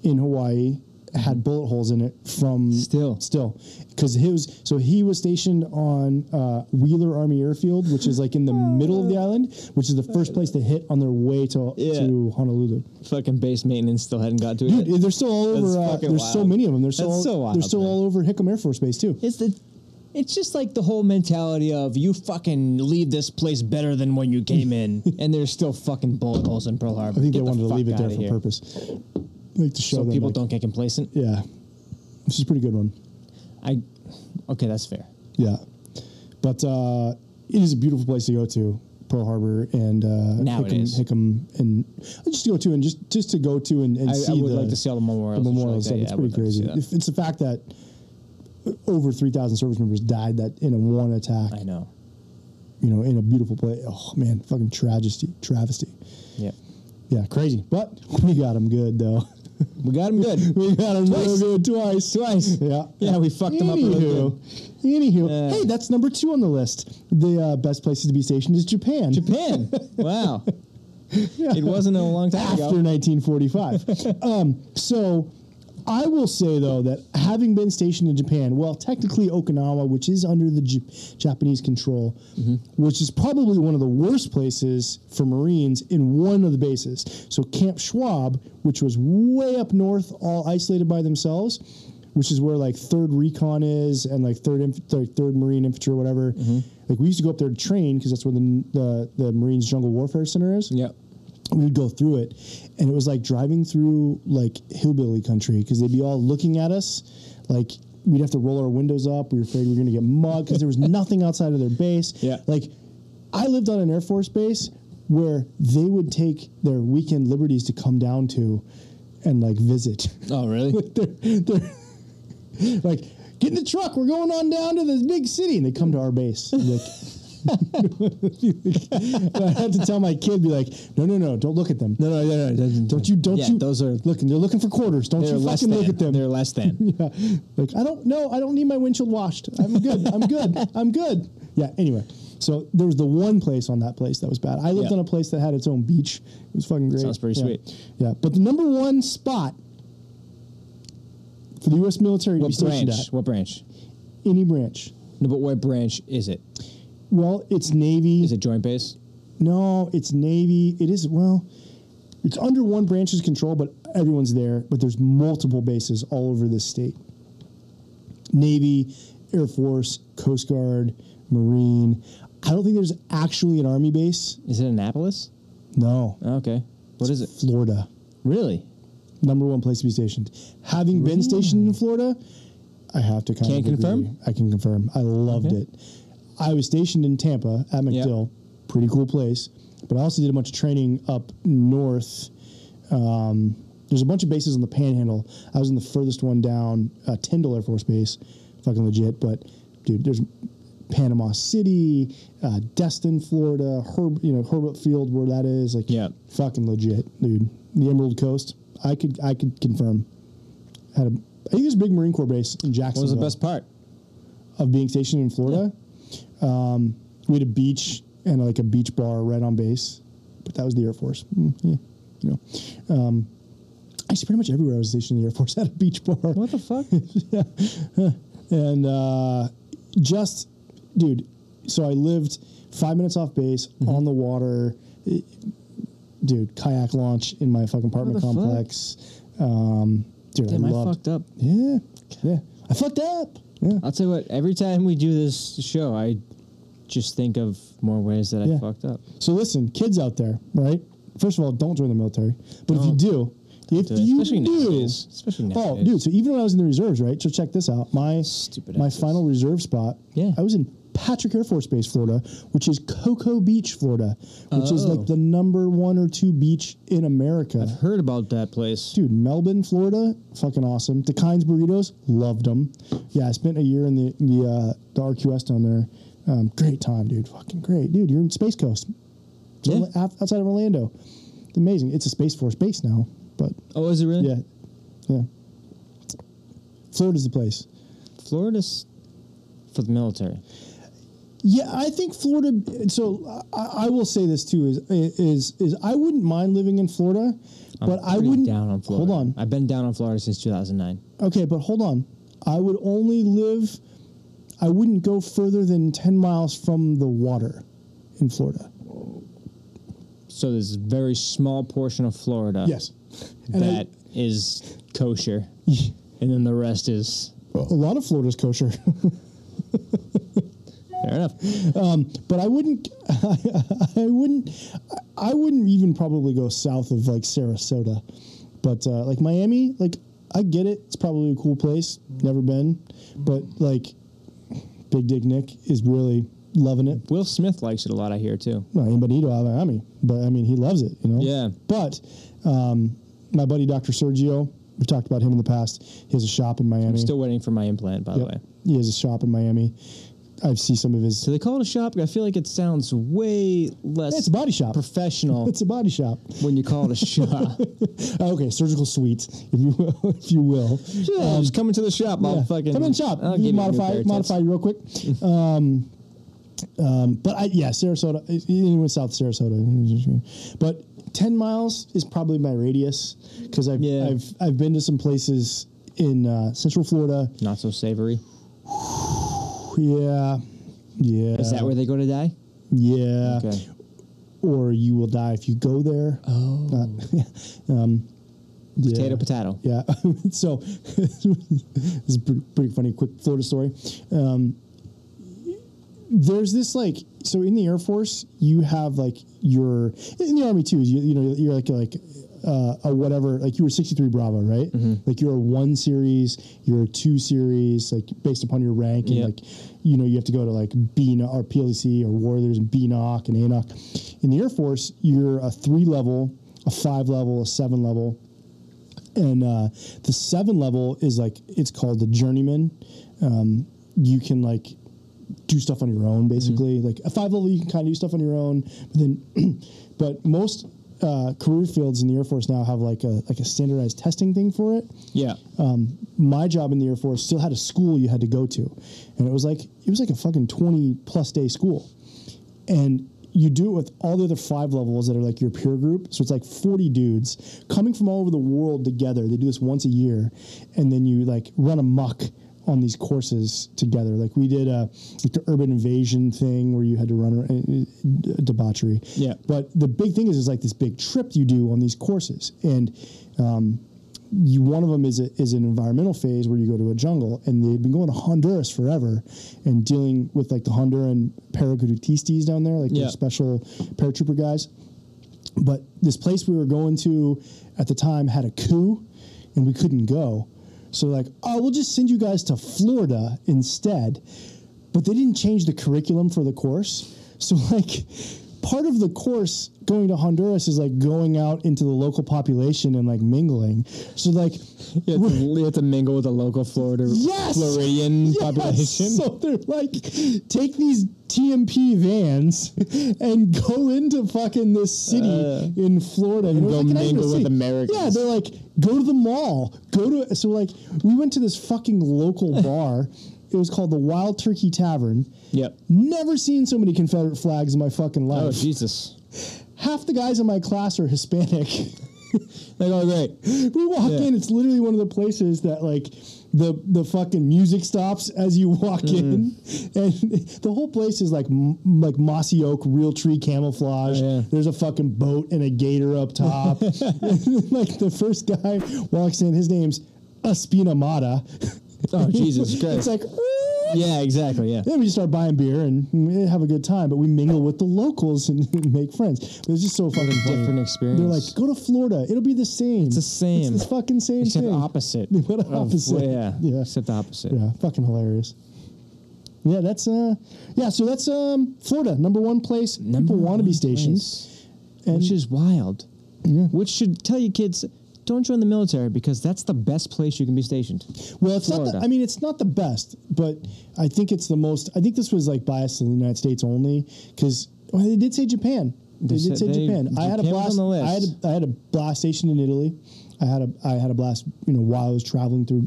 in Hawaii had bullet holes in it from Still. still because he was so he was stationed on uh, Wheeler Army Airfield, which is like in the middle of the island, which is the first place they hit on their way to Yeah. to Honolulu. Fucking base maintenance still hadn't got to it. Dude, they're still all That's over. Uh, fucking there's so wild. many of them. They're still That's all, so wild, they're still man. all over Hickam Air Force Base too. It's the it's just like the whole mentality of you fucking leave this place better than when you came in, and there's still fucking bullet holes in Pearl Harbor. I think Get the they wanted to fuck leave it there outta for here. purpose, like to show so them, people like, don't get complacent. Yeah, this is a pretty good one. I okay, that's fair. Yeah, but uh, it is a beautiful place to go to, Pearl Harbor and uh, Now it Hickam, is. Hickam, and uh, just to go to and just just to go to and, and I, see I would the, like to see all the the memorials. and shit memorial like stuff. that. it's Yeah, I pretty would like to see crazy. that. If it's the fact that over three thousand service members died that in a one attack, I know. you know, in a beautiful place. Oh man, fucking tragedy, travesty. Yeah, Yeah, crazy. But we got him good though. we got him good. we got him real Twice. good twice. Twice. Yeah. Yeah, we fucked him up real Anywho, anywho, Yeah. hey, that's number two on the list. The uh, best places to be stationed is Japan. Japan. wow. It wasn't a long time after ago. 1945. um, so I will say though that having been stationed in Japan, well, technically Okinawa, which is under the J- Japanese control, which is probably one of the worst places for Marines in one of the bases. So Camp Schwab, which was way up north, all isolated by themselves. Which is where like third recon is and like third inf- third, third marine infantry or whatever. Like we used to go up there to train because that's where the, the the Marines Jungle Warfare Center is Yep. we would go through it and it was like driving through like hillbilly country because they'd be all looking at us like we'd have to roll our windows up we were afraid we were going to get mugged because there was nothing outside of their base Yeah. like i lived on an air force base where they would take their weekend liberties to come down to and like visit Oh really? they're, they're like get in the truck we're going on down to this big city and they come to our base I'm like I had to tell my kid, be like, no, no, no, don't look at them. No, no, no, no, don't- don't you, don't Yeah, you. those are- looking. They're looking for quarters. Don't They're you less fucking than. look at them. They're less than. Yeah. Like, I don't know. I don't need my windshield washed. I'm good. I'm good. I'm good. Yeah. Anyway, so there was the one place on that place that was bad. I lived Yeah. on a place that had its own beach. It was fucking great. Sounds pretty Yeah. sweet. Yeah. But the number one spot for the U.S. military to be What stationed branch? What branch? at any branch. No, but what branch is it? Well, it's Navy. Is it Joint Base? No, it's Navy. It is well. It's under one branch's control, but everyone's there. But there's multiple bases all over this state: Navy, Air Force, Coast Guard, Marine. I don't think there's actually an Army base. Is it Annapolis? Oh, No, Okay. What is it? Florida, Really? number one place to be stationed. Having been stationed in Florida, I have to kind Can of you agree. confirm? I can confirm. I loved Okay. it. I was stationed in Tampa at MacDill, pretty cool place. But I also did a bunch of training up north. Um, there's a bunch of bases on the Panhandle. I was in the furthest one down, uh, Tyndall Air Force Base, fucking legit. But dude, there's Panama City, uh, Destin, Florida, Herb, you know Herbert Field, where that is. Like, Yeah. fucking legit, dude. The Emerald Coast. I could I could confirm. Had a I think there's a big Marine Corps base in Jacksonville What was the best part? of being stationed in Florida. Um, we had a beach and like a beach bar right on base, but that was the Air Force. Mm, yeah, you know, um, actually, pretty much everywhere I was stationed, in the Air Force had a beach bar. What the fuck? And uh, just, dude, so I lived five minutes off base Mm-hmm. on the water, It- dude. Kayak launch in my fucking apartment the fuck? complex. Um, dude, Damn, I I loved. fucked up. Yeah, yeah, I fucked up. Yeah. I'll tell you what. Every time we do this show, I just think of more ways that I Yeah. fucked up. So listen, kids out there, right? First of all, don't join the military. But if you Don't. do, if do it. you Especially do, nowadays. Especially oh, nowadays. dude. So even when I was in the reserves, right? So check this out. My Stupid my asses. final reserve spot. Yeah. I was in Patrick Air Force Base, Florida, which is Cocoa Beach, Florida, which is Oh. like the number one or two beach in America. I've heard about that place. Dude, Melbourne, Florida, fucking awesome. The Kynes burritos, loved them. Yeah, I spent a year in the in the uh, the RQS down there. Um, great time, dude. Fucking great, dude. You're in Space Coast. It's Yeah. only out- outside of Orlando. It's amazing. It's a Space Force base now, but Oh, is it really? yeah, yeah. Florida's the place. Florida's for the military. Yeah, I think Florida. So I, I will say this too: is is is I wouldn't mind living in Florida, but I Pretty wouldn't. down on Florida. Hold on. I've been down on Florida since 2009. Okay, but hold on. I would only live. I wouldn't go further than ten miles from the water in Florida. So there's a very small portion of Florida Yes, and I- that is kosher, and then the rest is a lot of Florida's kosher. fair enough. but I wouldn't. I, wouldn't. I wouldn't even probably go south of like Sarasota, but uh, like Miami, like I get it. It's probably a cool place. Never been, but like Big Dick Nick is really loving it. Will Smith likes it a lot, I hear too. No, in Benito, Miami, but I mean he loves it. You know. Yeah. But um, my buddy Dr. Sergio, we've talked about him in the past. He has a shop in Miami. I'm still waiting for my implant, by the Yep. way. He has a shop in Miami. I see some of his. Do they call it a shop? I feel like it sounds way less It's a body shop. professional It's a body shop. when you call it a shop. Okay, surgical suite, if you will, if you will. Yeah, just come into the shop. Yeah. I'll fucking Come in shop. I'll You give you a new pair modify of modify real quick. um, um, but I, yeah, Sarasota. eh, Anyone south of Sarasota, but ten miles is probably my radius because I've, Yeah. I've I've been to some places in uh, Central Florida. tits. Not so savory. Yeah, yeah. Is that where they go to die? Yeah. Okay. Or you will die if you go there. Oh. Uh, um, yeah. Potato, potato. Yeah. so this is a pretty, pretty funny quick Florida story. Um, there's this like so in the Air Force you have like your in the Army too you, you know you're like like uh, a whatever like you were 63 Bravo right like you're a one series you're a two series like based upon your rank and Yep. like you know you have to go to like B or PLC or Warriors and B knock and A knock in the Air Force you're a three level a five level a seven level and uh, the seven level is like it's called the journeyman. Um, you can like do stuff on your own, basically. Like a five level, you can kind of do stuff on your own. But then, but most uh, career fields in the Air Force now have like a like a standardized testing thing for it Yeah. Uh, my job in the Air Force still had a school you had to go to, and it was like it was like a fucking twenty plus day school, and you do it with all the other five levels that are like your peer group. So it's like forty dudes coming from all over the world together. They do this once a year, and then you like run amok on these courses together. Like we did a like the urban invasion thing where you had to run a, debauchery. Yeah. But the big thing is is like this big trip you do on these courses and you, one of them is a, is an environmental phase where you go to a jungle, and they've been going to Honduras forever, and dealing with like the Honduran paracahutistas down there, like Yeah. they're special paratrooper guys. But this place we were going to at the time had a coup, and we couldn't go. So like, oh, we'll just send you guys to Florida instead. But they didn't change the curriculum for the course. So like, part of the course going to Honduras is like going out into the local population and like mingling. So like, You have, to, you have to mingle with the local Florida Yes! Floridian Yes! population. So they're like, take these TMP vans and go into fucking this city in Florida Uh, and it was go like an mingle actual with city. Americans. Yeah, they're like, go to the mall, go to. So like, we went to this fucking local bar. It was called the Wild Turkey Tavern. Yep. Never seen so many Confederate flags in my fucking Oh life. Jesus. Half the guys in my class are Hispanic. Like oh great. We walk Yeah. in, it's literally one of the places that like the the fucking music stops as you walk Mm. in, and the whole place is like m- like mossy oak, real tree camouflage. Yeah. There's a fucking boat and a gator up top. like the first guy walks in, his name's Espinamata. Oh Jesus It's Christ. like. yeah, exactly. Yeah. Then we just start buying beer and we have a good time, but we mingle with the locals and make friends. But it's just so fucking funny. Different experience. They're like, go to Florida. It'll be the same. It's the same. It's the fucking same Except thing. opposite. What of- opposite? Oh, yeah. Yeah. Except the opposite. Yeah, fucking hilarious. Yeah, that's uh, yeah. So that's um, Florida, number one place Number people want to be one stationed. place, And- which is wild. Which should tell you kids, don't join the military because that's the best place you can be stationed. Well, it's not. Florida. The, I mean, it's not the best, but I think it's the most. I think this was like biased in the United States only because well, they did say Japan. They, They did said say they- Japan. I had a Japan was blast. on the I had list. a, I had a blast station in Italy. I had a I had a blast. You know, while I was traveling through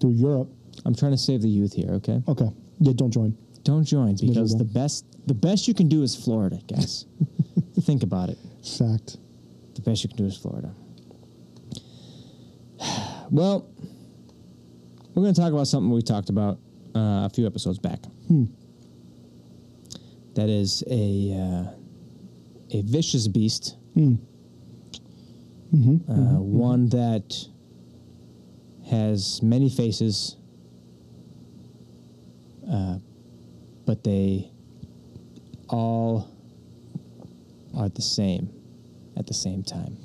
through Europe. I'm trying to save the youth here, okay? Okay, yeah, don't join. Don't join because miserable. the best the best you can do is Florida, guys. Think about it. Fact. The best you can do is Florida. Well, we're going to talk about something we talked about uh, a few episodes back. That is a uh, a vicious beast. uh, One that has many faces, uh, but they all are the same at the same time.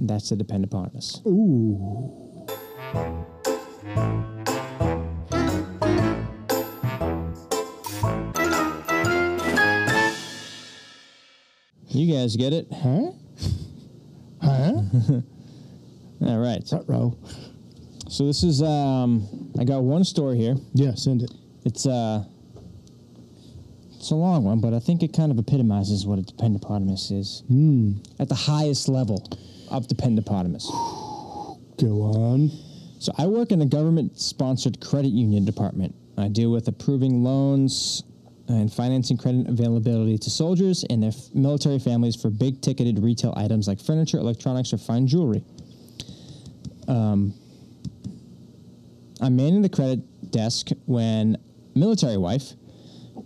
That's the depend upon us. You guys get it? Huh? Huh? All right. Front row. So this is um, I got one story here. Yeah, send it. It's uh, it's a long one, but I think it kind of epitomizes what a dependopotamus is at the highest level of dependopotamus. Go on. So I work in a government-sponsored credit union department. I deal with approving loans and financing credit availability to soldiers and their f- military families for big-ticketed retail items like furniture, electronics, or fine jewelry. Um, I'm manning the credit desk when military wife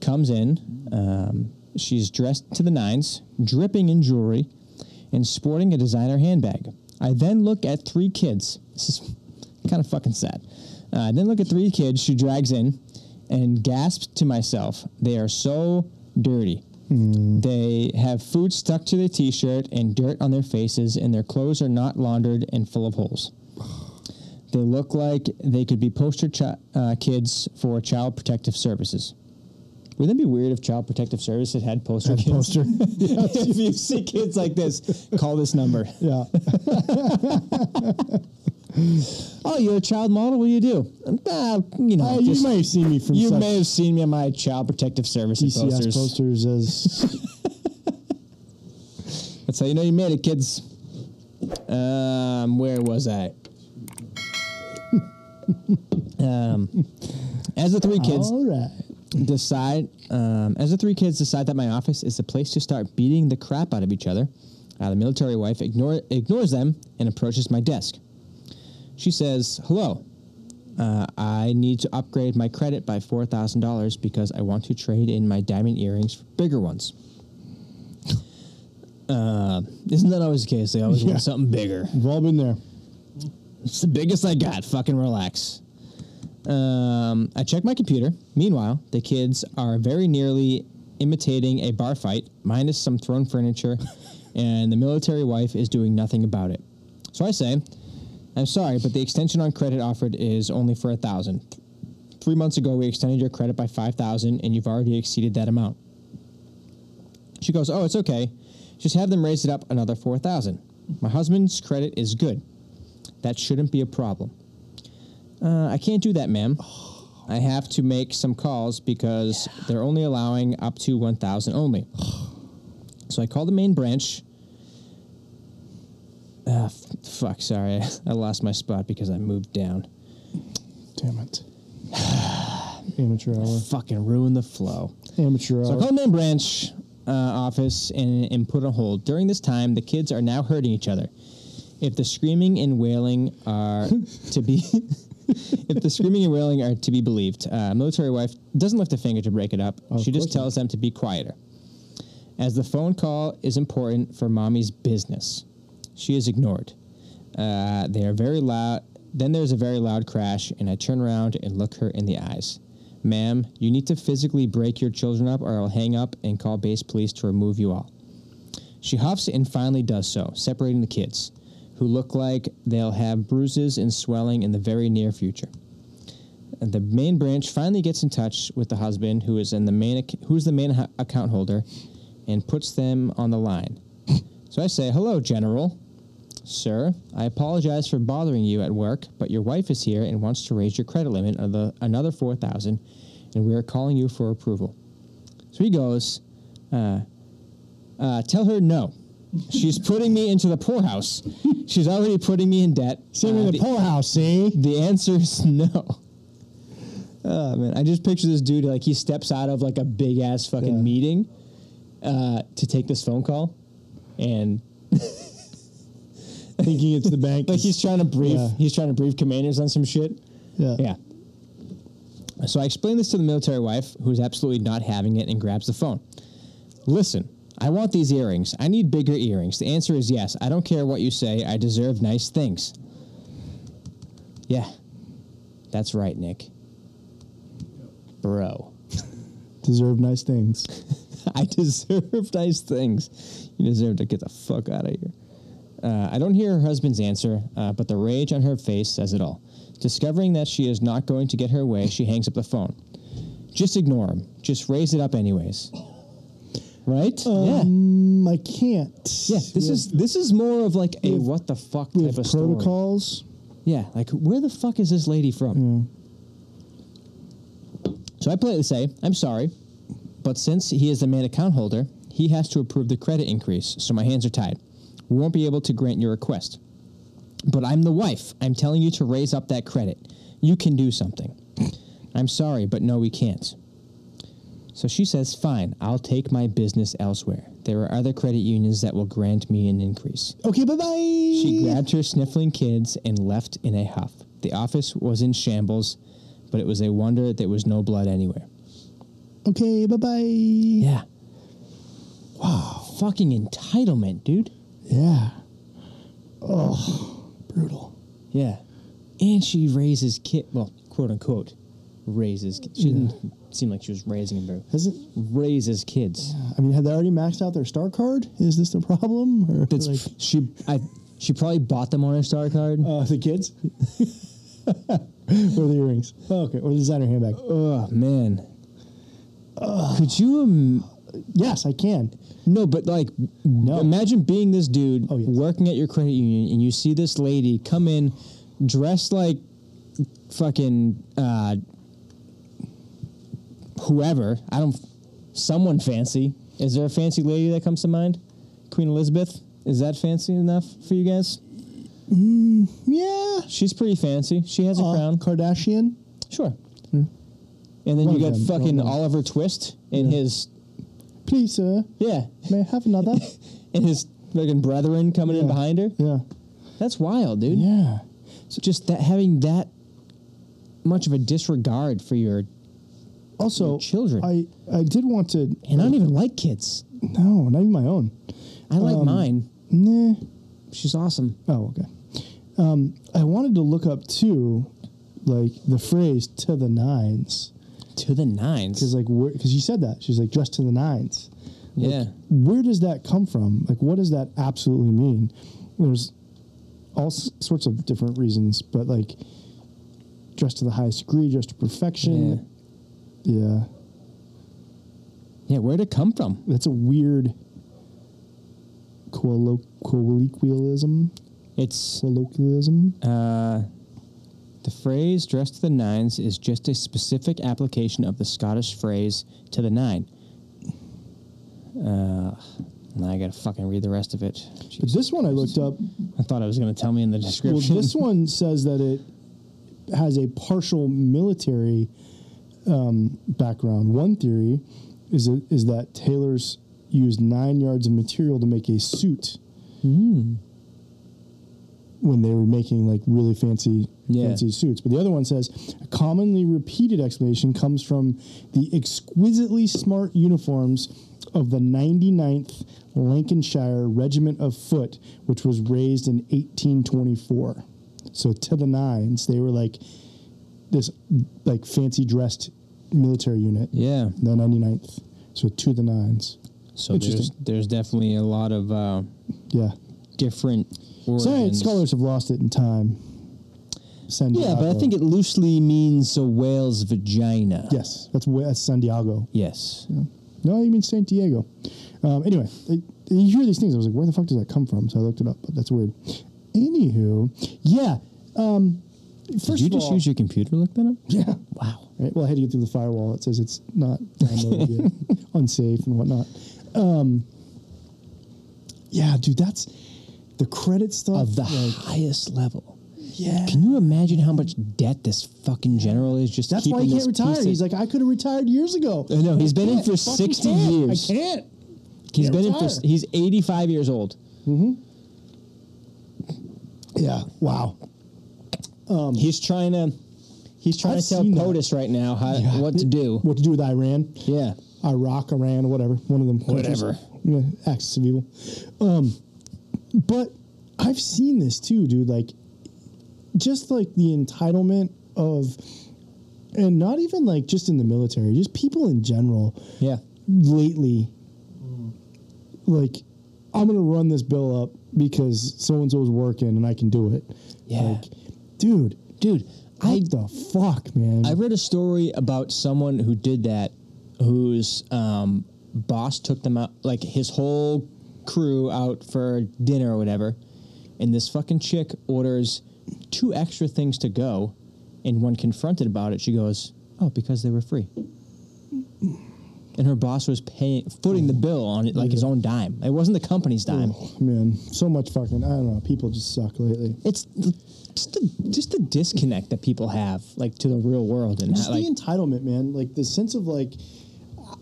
comes in. Um, she's dressed to the nines, dripping in jewelry, and sporting a designer handbag. I then look at three kids. This is kind of fucking sad. Uh, I then look at three kids she drags in and gasps to myself, they are so dirty. They have food stuck to their t shirt and dirt on their faces, and their clothes are not laundered and full of holes. They look like they could be poster chi- uh, kids for Child Protective Services. Wouldn't it be weird if Child Protective Services had poster kids? Poster. if you see kids like this, call this number. yeah. Oh, you're a child model. What do you do? Uh, you know, Uh, just- you may have seen me from you such may have seen me on my Child Protective Services DCS posters. posters. as That's how you know you made it, kids. Um, where was I? um, as the three kids all right. decide, um, as the three kids decide that my office is the place to start beating the crap out of each other, uh, the military wife ignore, ignores them and approaches my desk. She says, "Hello, uh, I need to upgrade my credit by four thousand dollars because I want to trade in my diamond earrings for bigger ones." Uh, isn't that always the case? They always Yeah. want something bigger. We've all been there. It's the biggest I got. Fucking relax. Um, I check my computer. Meanwhile, the kids are very nearly imitating a bar fight, minus some thrown furniture, and the military wife is doing nothing about it. So I say, I'm sorry, but the extension on credit offered is only for a thousand. Three months ago, we extended your credit by five thousand, and you've already exceeded that amount. She goes, "Oh, it's okay. Just have them raise it up another four thousand. My husband's credit is good. That shouldn't be a problem." Uh, I can't do that, ma'am. I have to make some calls because they're only allowing up to one thousand only. So I call the main branch. Ah, f- fuck, sorry, I lost my spot because I moved down. Damn it. Amateur hour. Fucking ruin the flow. Amateur So I hour. called Main Branch uh, office and, and put on hold. During this time, the kids are now hurting each other. If the screaming and wailing are to be, if the screaming and wailing are to be believed, uh, military wife doesn't lift a finger to break it up. Of she just course not. tells them to be quieter, as the phone call is important for mommy's business. She is ignored. Uh, they are very loud. Then there's a very loud crash, and I turn around and look her in the eyes. Ma'am, you need to physically break your children up, or I'll hang up and call base police to remove you all. She huffs and finally does so, separating the kids, who look like they'll have bruises and swelling in the very near future. And the main branch finally gets in touch with the husband, who is in the main ac- who's the main ha- account holder, and puts them on the line. so I say, "Hello, General." Sir, I apologize for bothering you at work, but your wife is here and wants to raise your credit limit of the, another 4000 and we are calling you for approval. So he goes, uh, uh, Tell her no. She's putting me into the poorhouse. She's already putting me in debt. See Uh, me in the the, poorhouse, see? the answer is no. Oh man, I just picture this dude like he steps out of like a big ass fucking Yeah. meeting uh, to take this phone call, and thinking it's the bank. like he's trying to brief Yeah. he's trying to brief commanders on some shit. yeah. Yeah. So I explained this to the military wife, who's absolutely not having it, and grabs the phone. Listen, I want these earrings. I need bigger earrings. The answer is yes. I don't care what you say. I deserve nice things. Yeah, that's right, Nick. Bro, Deserve nice things. I deserve nice things. You deserve to get the fuck out of here. Uh, I don't hear her husband's answer, uh, but the rage on her face says it all. Discovering that she is not going to get her way, she hangs up the phone. Just ignore him. Just raise it up, anyways. Right? yeah. Um, I can't. Yeah. This is this is more of like a what the fuck we type have of story. protocols. Yeah, like where the fuck is this lady from? So I politely say, I'm sorry, but since he is the main account holder, he has to approve the credit increase, so my hands are tied. We won't be able to grant your request. But I'm the wife. I'm telling you to raise up that credit. You can do something. I'm sorry, but no, we can't. So she says, Fine, I'll take my business elsewhere. There are other credit unions that will grant me an increase. Okay, bye bye. She grabbed her sniffling kids and left in a huff. The office was in shambles, but it was a wonder there was no blood anywhere. Okay, bye bye. Yeah. Wow. Fucking entitlement, dude. Yeah. Oh, brutal. Yeah. And she raises kid, well, quote unquote, raises. ki- She didn't seem like she was raising them, but Has it? raises kids. I mean, had they already maxed out their star card? Is this the problem? Or That's like, she. I. She probably bought them on her star card. uh, the kids? or the earrings? Oh, okay, or the designer handbag? oh man. Could you? Im- yes, I can. No, but like, No. imagine being this dude Oh, yes. working at your credit union and you see this lady come in dressed like fucking uh, whoever. I don't, someone fancy. Is there a fancy lady that comes to mind? Queen Elizabeth? Is that fancy enough for you guys? Yeah. She's pretty fancy. She has a Uh, crown. Kardashian. Sure. Hmm. And then One you got of them, fucking one of them. Oliver Twist and his, Please, sir, yeah, may I have another? and his fucking brethren coming in Yeah. behind her. yeah. That's wild, dude. Yeah. So just that having that much of a disregard for your Also, Your children. I I did want to. and I don't even like kids. No, not even my own. I like Um, mine. Nah. She's awesome. Oh, okay. Um, I wanted to look up too, like the phrase "to the nines. To the nines. because like because you said that she's like dressed to the nines. Yeah. Where does that come from? Like, what does that absolutely mean? There's all s- sorts of different reasons, but like dressed to the highest degree, dressed to perfection. Yeah, Yeah, where'd it come from? that's a weird collo- colloquialism. It's Colloquialism. the phrase dressed to the nines is just a specific application of the Scottish phrase to the nine. Uh now I gotta fucking read the rest of it. but Jeez. this one I looked up. I thought it was gonna tell me in the Well, description. this one says that it has a partial military um, background. One theory is that, is that tailors used nine yards of material to make a suit when they were making like really fancy Yeah. fancy suits. But the other one says a commonly repeated explanation comes from the exquisitely smart uniforms of the 99th Lancashire Regiment of Foot, which was raised in 1824. So to the nines, they were like this like fancy dressed military unit. yeah. The 99th. So to the nines. So there's Interesting. there's definitely a lot of uh, Yeah. different origins. Science scholars have lost it in time. Sandiago. Yeah, but I think it loosely means a whale's vagina. Yes, that's where that's San Diego. Yes. No, you mean San Diego. Um, anyway, it, you hear these things. I was like, where the fuck does that come from? So I looked it up, but that's weird. Anywho, yeah. Um, first Did you of just all, use your computer to look that up? yeah. Wow. Right? Well, I had to get through the firewall. It says it's not downloaded yet, unsafe and whatnot. Um, yeah, dude, that's the credit stuff. Of the like, highest level. yeah. Can you imagine how much debt this fucking general is just That's why he keeping can't this retire. piece of- He's like, I could have retired years ago. I know, he's been in can't. for I fucking 60 can't. years. I can't. he's can't been in for, retire. he's 85 years old. Yeah. Wow. He's trying to he's trying I've to tell Um, seen that. POTUS right now how, Yeah. what to do. What to do with Iran? Yeah. Iraq, Iran, whatever. One of them. countries. Whatever. Yeah, axis of evil. Um, but I've seen this too, dude. Like, just like the entitlement of, and not even like just in the military, just people in general. Yeah. Lately, like, I'm gonna run this bill up because so and so's working and I can do it. Yeah. Like, dude, Dude, what I the fuck, man? I read a story about someone who did that, whose um, boss took them out, like his whole crew out for dinner or whatever. And this fucking chick orders two extra things to go. And when confronted about it, she goes, Oh, because they were free. And her boss was paying, footing the bill on it like his own dime. It wasn't the company's dime. Oh, man, so much fucking. I don't know. People just suck lately. It's just the, just the disconnect that people have, like to the real world, and just that, like, the entitlement, man. Like the sense of like,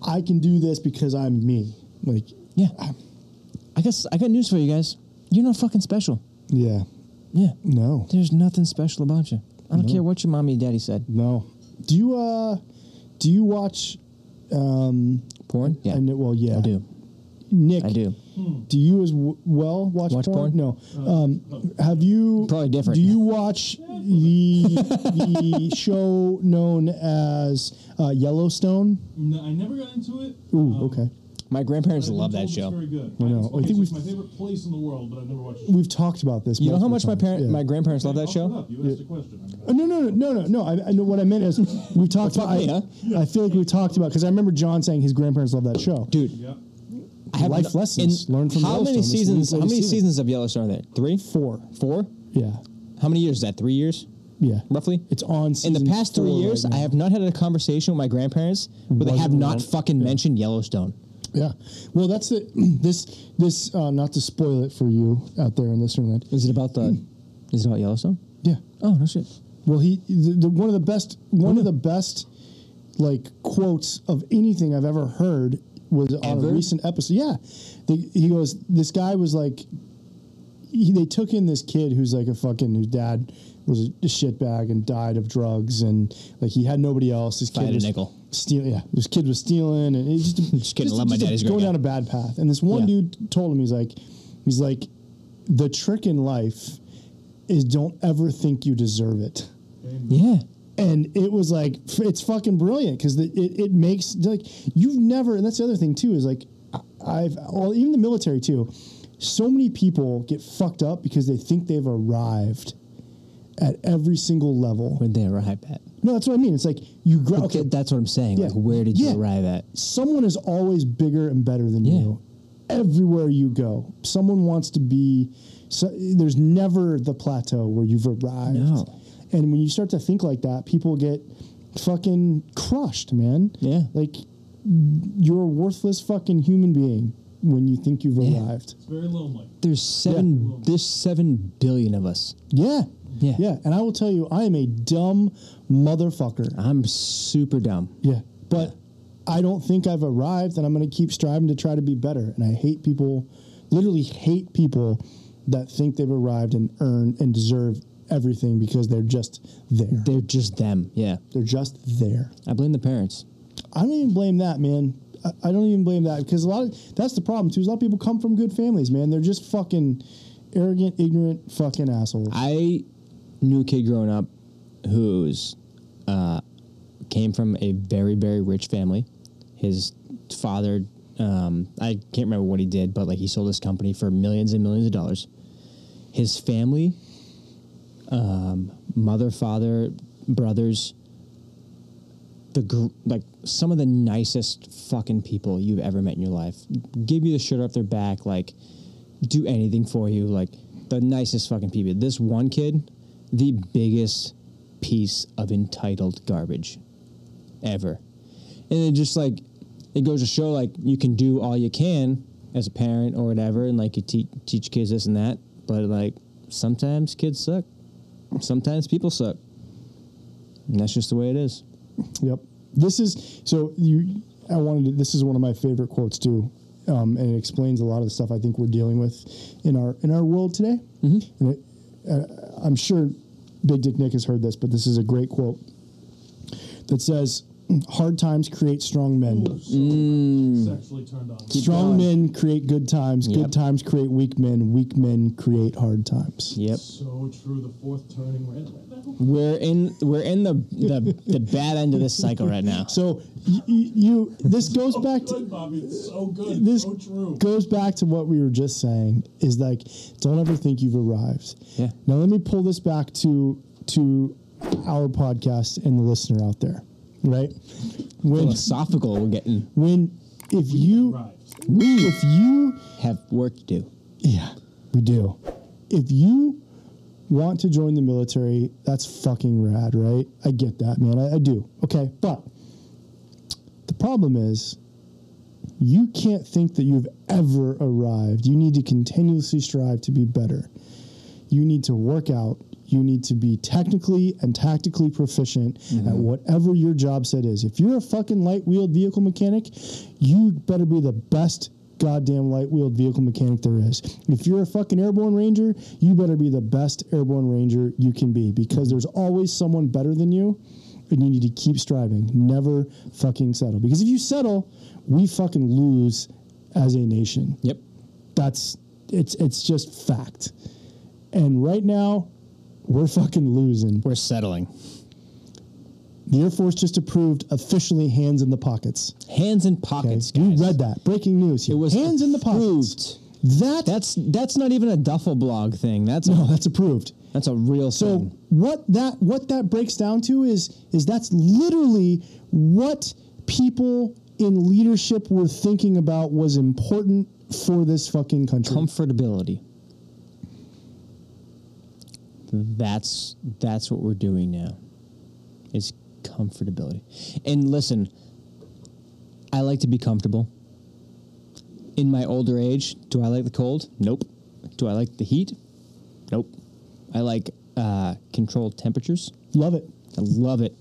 I can do this because I'm me. Like, Yeah. I guess I got news for you guys. You're not fucking special. yeah, Yeah. no, There's nothing special about you. I don't care what your mommy and daddy said. no. Do you uh, do you watch? Um, Porn? Yeah. I know, well, yeah, I do. Nick, I do. Do you as w- well watch, Watch porn? No. Um, have you Probably different. Do you watch the the show known as uh, Yellowstone? No, I never got into it. Ooh, Um, okay. My grandparents but love I've been told that it's show. Very good. I know. I think It's we've- my favorite place in the world, but I've never watched it. We've talked about this. You know how multiple much my times. parent, Yeah. my grandparents love that Hey, I'll put it show. up. You asked a question. I'm Oh, gonna- no, no, no, no, no. I, I know what I meant is we've talked Fuck about. me, I, huh? I feel like we've talked about because I remember John saying his grandparents love that show. Dude, Yep. I have Life lessons in- learned from how Yellowstone. many It's the seasons? How latest many season. seasons of Yellowstone are there? Three, four. four. Yeah, How many years is that? Three years, yeah. roughly. It's on. in Season the past three four years, right I now. have not had a conversation with my grandparents where they Wasn't have not around. fucking mentioned Yellowstone. Yeah. Well, that's it. This this uh, not to spoil it for you out there in listener land. Is it about the? Is it about Yellowstone? Yeah. Oh no shit. Well, he the, the, one of the best one of the best like quotes of anything I've ever heard was on Ever? a recent episode. Yeah, the, he goes. This guy was like, he, they took in this kid who's like a fucking whose dad was a shitbag and died of drugs and like he had nobody else. This I had kid a was nickel. stealing. Yeah, this kid was stealing and he just Just kidding, love my a- daddy's going great guy. down a bad path. And this one Yeah. dude told him he's like, he's like, the trick in life is don't ever think you deserve it Yeah. and it was like f- it's fucking brilliant because it, it makes like you've never and that's the other thing too is like I- i've well even the military too so many people get fucked up because they think they've arrived at every single level Where'd they arrive at? no that's what i mean it's like you grow Okay, okay that's what I'm saying. Yeah. Like, where did Yeah. you arrive at? someone is always bigger and better than Yeah. you everywhere you go someone wants to be so, there's never the plateau where you've arrived No. and when you start to think like that people get fucking crushed man Yeah. like you're a worthless fucking human being when you think you've Yeah. arrived It's very lonely. There's seven. There's seven billion of us. yeah Yeah. yeah and i will tell you i am a dumb motherfucker I'm super dumb. Yeah. But I don't think I've arrived and I'm going to keep striving to try to be better. And I hate people, literally hate people that think they've arrived and earn and deserve everything because they're just there. They're just them. Yeah. They're just there. I blame the parents. I don't even blame that, man. I, I don't even blame that because a lot of that's the problem too. Is a lot of people come from good families, man. They're just fucking arrogant, ignorant fucking assholes. I knew a kid growing up who's uh, came from a very very rich family. His father, um, I can't remember what he did, but like he sold his company for millions and millions of dollars. His family, um, mother, father, brothers, the gr- like some of the nicest fucking people you've ever met in your life. Give you the shirt off their back, like do anything for you, like the nicest fucking people. This one kid, the biggest piece of entitled garbage ever. And it just like it goes to show like you can do all you can as a parent or whatever and like you te- teach kids this and that, but like sometimes kids suck. Sometimes people suck. And that's just the way it is. Yep. This is so you. I wanted. To, this is one of my favorite quotes too, um, and it explains a lot of the stuff I think we're dealing with in our in our world today. Mm-hmm. And it, uh, I'm sure Big Dick Nick has heard this, but this is a great quote that says, "Hard times create strong men. Ooh, so Mm. Sexually turned on. strong men create good times. Yep. Good times create weak men. Weak men create hard times." Yep. So true. The fourth turning right right now. We're in we're in the the, the bad end of this cycle right now. So y- y- you this goes So back to good, Bobby. It's so good. this so true. goes back to what we were just saying is like don't ever think you've arrived Yeah. now let me pull this back to to our podcast and the listener out there right when Philosophical we're getting when if you Right. if you have work to do. yeah we do if you want to join the military that's fucking rad right i get that man i, I do okay but the problem is you can't think that you've ever arrived. You need to continuously strive to be better. You need to work out. You need to be technically and tactically proficient at whatever your job set is. If you're a fucking light wheeled vehicle mechanic, you better be the best goddamn light wheeled vehicle mechanic there is. If you're a fucking airborne ranger, you better be the best airborne ranger you can be because there's always someone better than you and you need to keep striving. Never fucking settle. Because if you settle, we fucking lose as a nation. Yep. That's it's it's just fact. And right now, we're fucking losing. We're settling. The Air Force just approved officially hands in the pockets. Hands in Okay? pockets, You guys. read that. Breaking news. Here. It was hands in the pockets. approved. That That's that's not even a duffel blog thing. That's no, a, that's approved. that's a real So thing. what that what that breaks down to is is that's literally what people in leadership were thinking about was important for this fucking country. Comfortability. That's that's what we're doing now. Is comfortability. And listen, I like to be comfortable. In my older age, do I like the cold? Nope. Do I like the heat? Nope. I like uh, controlled temperatures. Love it. I love it.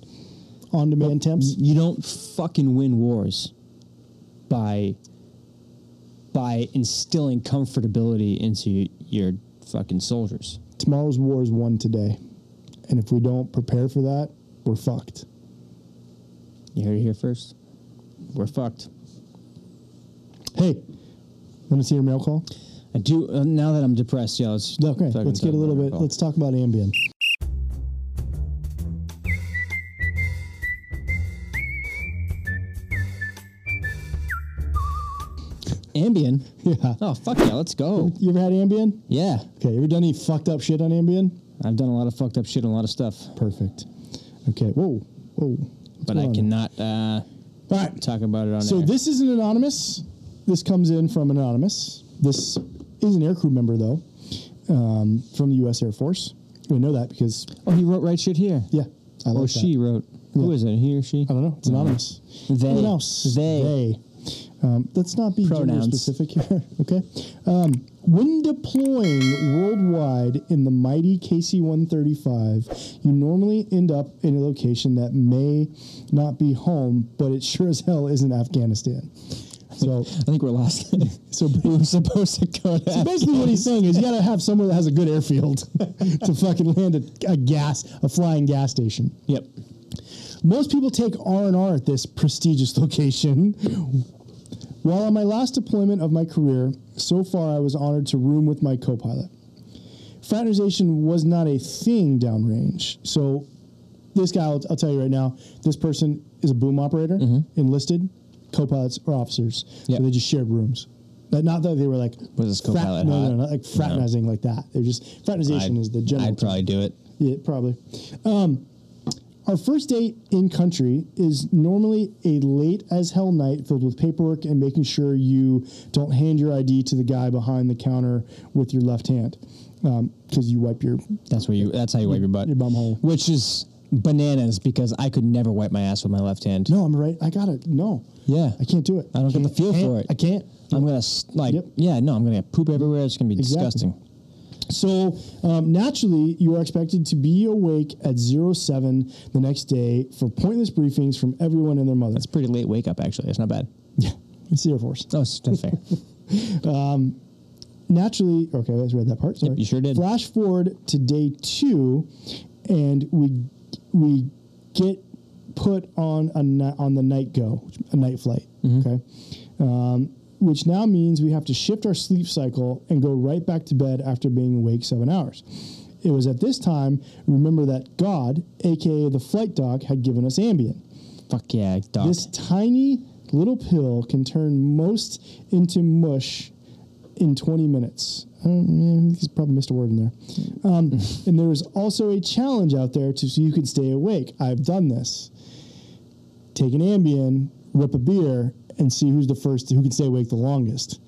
On demand temps. you don't fucking win wars by by instilling comfortability into your fucking soldiers. Tomorrow's war is won today. And if we don't prepare for that, we're fucked. You heard it here first. We're fucked. Hey, want to see your mail call? I do uh, now that I'm depressed. Yeah, let's Okay, fucking let's talk get a little about bit. alcohol. Let's talk about Ambien. Ambien. Yeah. Oh fuck yeah, let's go. You ever had Ambien? Yeah, Okay, ever done any fucked up shit on Ambien? I've done a lot of fucked up shit and a lot of stuff, Perfect. Okay. Whoa. Whoa. What's but going I on? cannot uh, All right. talk about it on So air. this isn't anonymous. This comes in from anonymous. This is an air crew member though, um, from the U.S. Air Force. We know that because oh, he wrote right shit here. yeah, I or like that. she wrote. Who is it? He or she? I don't know. It's anonymous. Mm-hmm. They. Anyone else? They. They. Um, let's not be gender Pronouns. specific here. okay. Um, when deploying worldwide in the mighty KC 135, you normally end up in a location that may not be home, but it sure as hell isn't Afghanistan. So, I think we're lost. so we were supposed to go So to. basically, what he's saying is you got to have somewhere that has a good airfield to fucking land a, a gas, a flying gas station. Yep. Most people take R and R at this prestigious location. While on my last deployment of my career, so far I was honored to room with my co-pilot. Fraternization was not a thing downrange, so this guy, I'll, I'll tell you right now, this person is a boom operator, Mm-hmm. enlisted, co-pilots or officers. Yep. So they just shared rooms. But not that they were like Was this co-pilot no, no, hot? no, not like fraternizing like that. They're just fraternization is the general. I'd term. probably do it. Yeah, probably. Um, our first date in country is normally a late as hell night filled with paperwork and making sure you don't hand your ID to the guy behind the counter with your left hand because you wipe your. That's where you. That's how you wipe your butt. your bum hole. Which is bananas because I could never wipe my ass with my left hand. No, I'm right. I got it. No. Yeah. I can't do it. I don't get the Can't- feel can't- for it. I can't. I'm gonna s- like. Yep. Yeah. No. I'm gonna poop everywhere. It's gonna be Exactly. disgusting. So um, naturally, you are expected to be awake at zero seven the next day for pointless briefings from everyone and their mother. It's pretty late wake up, actually. It's not bad. yeah, it's the Air Force. No, it's that's fair. Naturally, okay, I just read that part. Sorry. you sure did. Flash forward to day two, and we we get put on a ni- on the night go, a night flight. Mm-hmm. Okay. Um, which now means we have to shift our sleep cycle and go right back to bed after being awake seven hours. It was at this time, remember that God, aka the flight dog, had given us Ambien. Fuck yeah, dog. This tiny little pill can turn most into mush in 20 minutes. I don't, eh, he's probably missed a word in there. Um, and there is also a challenge out there to so you can stay awake. I've done this. Take an Ambien, rip a beer, and see who's the first who can stay awake the longest.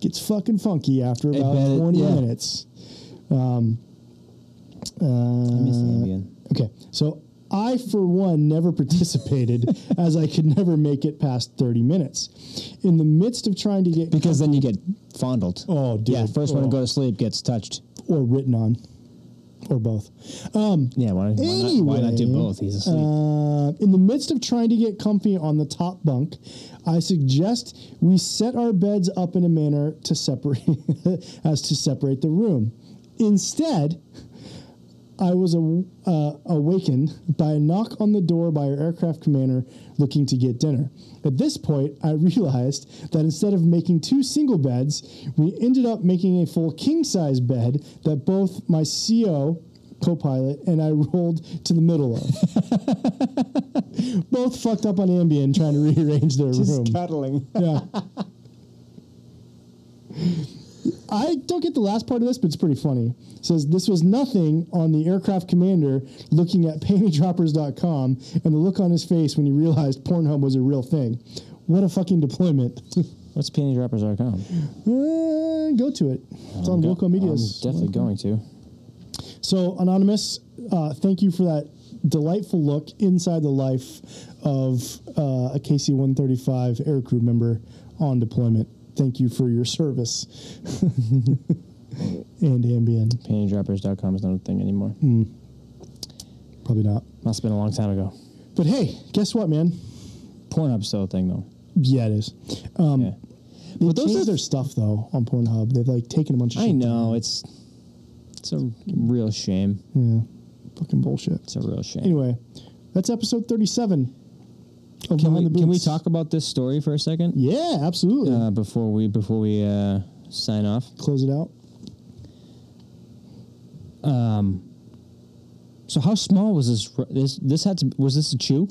Gets fucking funky after I about bet it- 20 yeah. minutes. Um, uh, I miss the Ambien. Okay, so I, for one, never participated as I could never make it past 30 minutes. In the midst of trying to get Because then you get fondled. Oh, dude. Yeah, first one to Oh. go to sleep gets touched. or written on, or both, Yeah, why, why, not, why not do Anyway, both? He's asleep. Uh, in the midst of trying to get comfy on the top bunk, I suggest we set our beds up in a manner to separate as to separate the room. Instead, I was aw- uh, awakened by a knock on the door by our aircraft commander looking to get dinner. At this point, I realized that instead of making two single beds, we ended up making a full king size bed that both my CO, co pilot, and I rolled to the middle of. both fucked up on Ambien trying to rearrange their room. cuddling. Yeah. I don't get the last part of this, but it's pretty funny. It says this was nothing on the aircraft commander looking at panty-droppers.com and the look on his face when he realized Pornhub was a real thing. What a fucking deployment. What's peneydroppers.com? Uh, go to it. It's on local medias. I'm definitely going to. So, Anonymous, uh, thank you for that delightful look inside the life of uh, a KC 135 aircrew member on deployment. Thank you for your service and Ambien. Peneydroppers.com is not a thing anymore. hmm. Probably not. Must have been a long time ago. But hey, guess what, man? Pornhub's still a thing, though. Yeah, it is. Um, Yeah. They But those changed are- their stuff, though, on Pornhub. They've like taken a bunch of shit. I down. know. It's it's a real shame. Yeah. Fucking bullshit. It's a real shame. Anyway, that's episode 37 of can, Behind we, the can we Boots. talk about this story for a second? Yeah, absolutely. Uh, before we before we uh, sign off. Close it out. So how small was this? ru- This this had to was this a chew?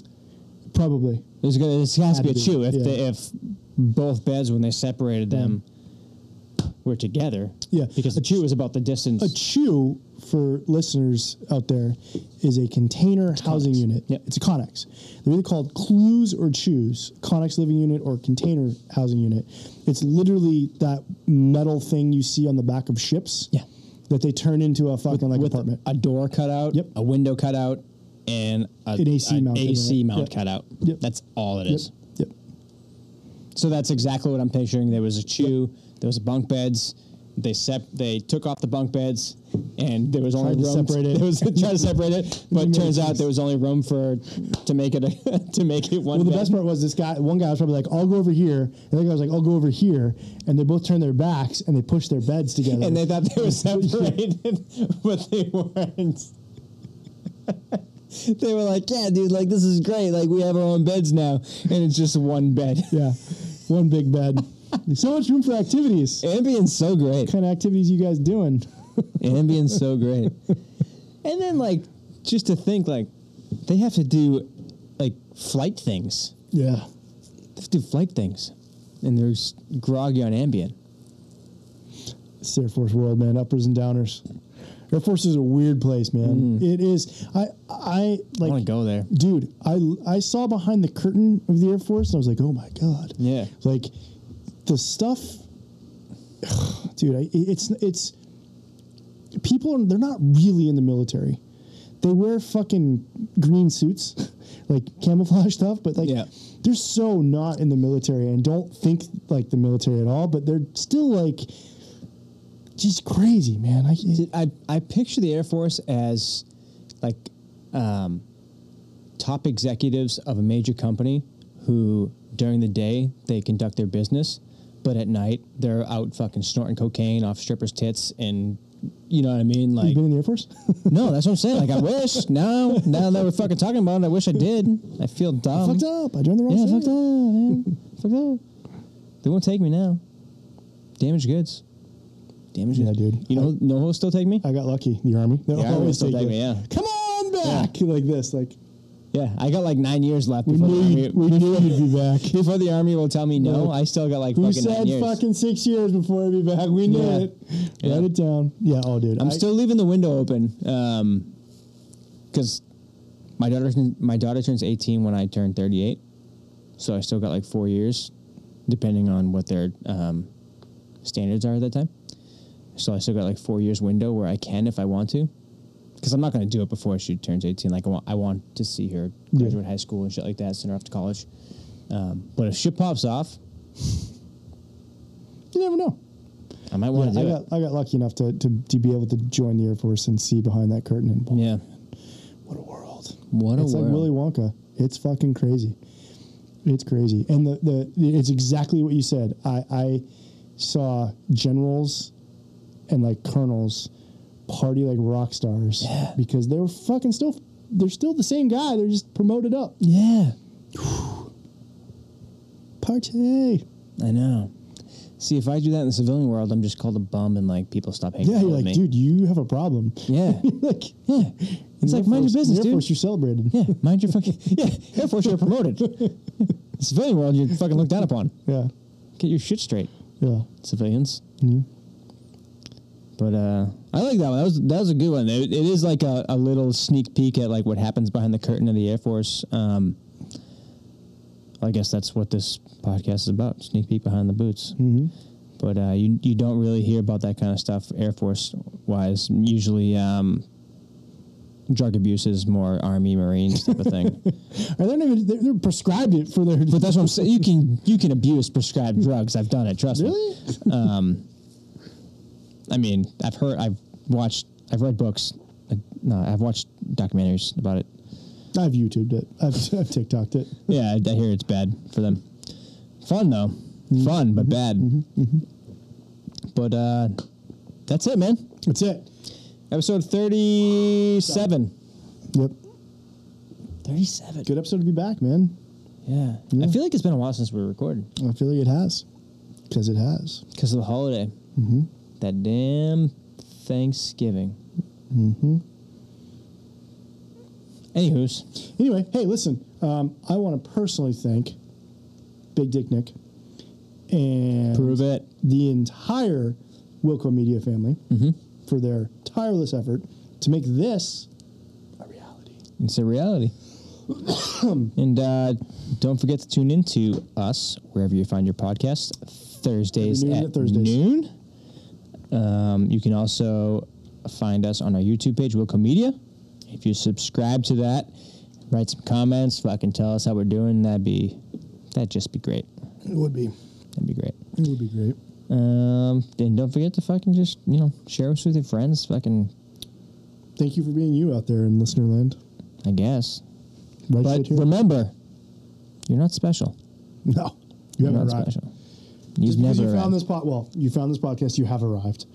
Probably. There's gonna this has to Had be a to be, chew if yeah. the, if both beds when they separated them were together. Yeah. because the chew is about the distance. A CHU, for listeners out there, is a container housing Conex. unit. Yep. It's a Conex. They're either called clues or chews, Conex living unit or container housing unit. It's literally that metal thing you see on the back of ships. Yeah. That they turn into a fucking like with apartment. a door cut out, Yep. a window cut out, and a, An AC an mount in AC it. mount Yep. cut out. Yep. That's all it Yep. is. Yep. So that's exactly what I'm picturing. There was a chew. There was bunk beds. They sep- they took off the bunk beds, and there was only Tried to room separate it. There was trying to separate it, but made turns it out nice. there was only room for to make it a, to make it one. Well, the bed. best part was this guy. One guy was probably like, "I'll go over here," and the other guy was like, "I'll go over here," and they both turned their backs and they pushed their beds together. and they thought they were separated, but they weren't. they were like, "Yeah, dude, like this is great. Like we have our own beds now, and it's just one bed. yeah, one big bed. so much room for activities. Ambient's so great. kind of activities you guys doing? Ambient's so great. And then like, just to think like, they have to do like flight things. Yeah. They have to do flight things, and they're s- groggy on Ambient. It's the Air Force world, man. Uppers and downers. Air Force is a weird place, man. It is. I I I want like to go there. dude, I I saw behind the curtain of the Air Force and I was like, "Oh my god." Yeah. Like the stuff dude, I, it's it's people are- they're not really in the military. They wear fucking green suits, like camouflage stuff, but like Yeah. they're so not in the military and don't think like the military at all, but they're still like She's crazy, man. I, it, I, I picture the Air Force as like um, top executives of a major company who during the day they conduct their business, but at night they're out fucking snorting cocaine off strippers' tits and you know what I mean? you Like Um, been in the Air Force? no, that's what I'm saying. Like I wish now now that we're fucking talking about it, I wish I did. I feel dumb. fucked up. I joined the wrong Yeah, side. fucked up, man. fucked up. They won't take me now. Damaged goods. Damaged Yeah, goods. dude. You know, no, who'll still take me? I got lucky. The Army. They'll Yeah, I always will take you. me, yeah. Come on back. Like this. Like Yeah, I got like nine years left we before, knew, the, you'd, army, we knew you'd be back. before the army will tell me no. No. I still got like Who fucking nine said years. fucking six years before I'd be back? We knew Yeah. it. Yeah. Write it down. Yeah. Oh, dude. I'm I- still leaving the window open because my daughter turn- my daughter turns 18 when I turn 38, so I still got like four years, depending on what their um, standards are at that time. So I still got like four years window where I can if I want to, because I'm not going to do it before she turns 18. Like I want, I want to see her Yeah. graduate high school and shit like that, send her off to college. Um, but if shit pops off, You never know. I might want to Yeah, I do it. got I got lucky enough to, to to be able to join the Air Force and see behind that curtain. And boy, yeah. what a world! What a it's world. like Willy Wonka. It's fucking crazy. It's crazy, and the, the it's exactly what you said. I I saw generals and like colonels party like rock stars because they were fucking still they're still the same guy. They're just promoted up. yeah. Party. I know. See, if I do that in the civilian world, I'm just called a bum, and like people stop hanging Yeah, out you're with like, me. dude, you have a problem. Yeah, like, yeah. It's like mind your business, Air dude. Force, you're celebrated. Yeah, mind your fucking. Yeah, Air Force, you're promoted. The civilian world, you're fucking looked down upon. Yeah, Get your shit straight, yeah. civilians. Yeah. But uh, I like that one. That was that was a good one. It, it is like a, a little sneak peek at like what happens behind the curtain of the Air Force. Um, I guess that's what this podcast is about: sneak peek behind the boots. Mm-hmm. but uh, you you don't really hear about that kind of stuff Air Force wise. Usually, um, drug abuse is more Army Marines type of thing. Or they're not even they're, they're prescribed it for their. but that's what I'm saying. You can you can abuse prescribed drugs. I've done it. Trust really. me. Um, I mean, I've heard, I've watched, I've read books. Uh, no, I've watched documentaries about it. I've YouTubed it. I've, I've TikToked it. Yeah, I, I hear it's bad for them. Fun though, fun but bad. But uh, that's it, man. That's it. Episode 37. Yep. 37. Good episode to be back, man. Yeah. I Yeah. feel like it's been a while since we recorded I feel like it has, because it has. because of the holiday. Mm-hmm. That damn Thanksgiving. Mm-hmm. Anywho's. Anyway, hey, listen. Um, I want to personally thank Big Dick Nick and Prove it. the entire Wilco Media family Mm-hmm. for their tireless effort to make this a reality. It's a reality. and uh, don't forget to tune in to us wherever you find your podcast, Thursdays Every noon at at Thursdays. noon. Um, you can also find us on our YouTube page, Wilco Media. If you subscribe to that, write some comments, fucking tell us how we're doing. That'd be that'd just be great. It would be. That'd be great. It would be great. Um, and don't forget to fucking just you know share us with your friends. Fucking, Thank you for being you out there in listener land. I guess. Right But shit here. remember, you're not special. No, you You're haven't not arrived. special. You've Just because never you arrived. found this pod. Well, you found this podcast. You have arrived,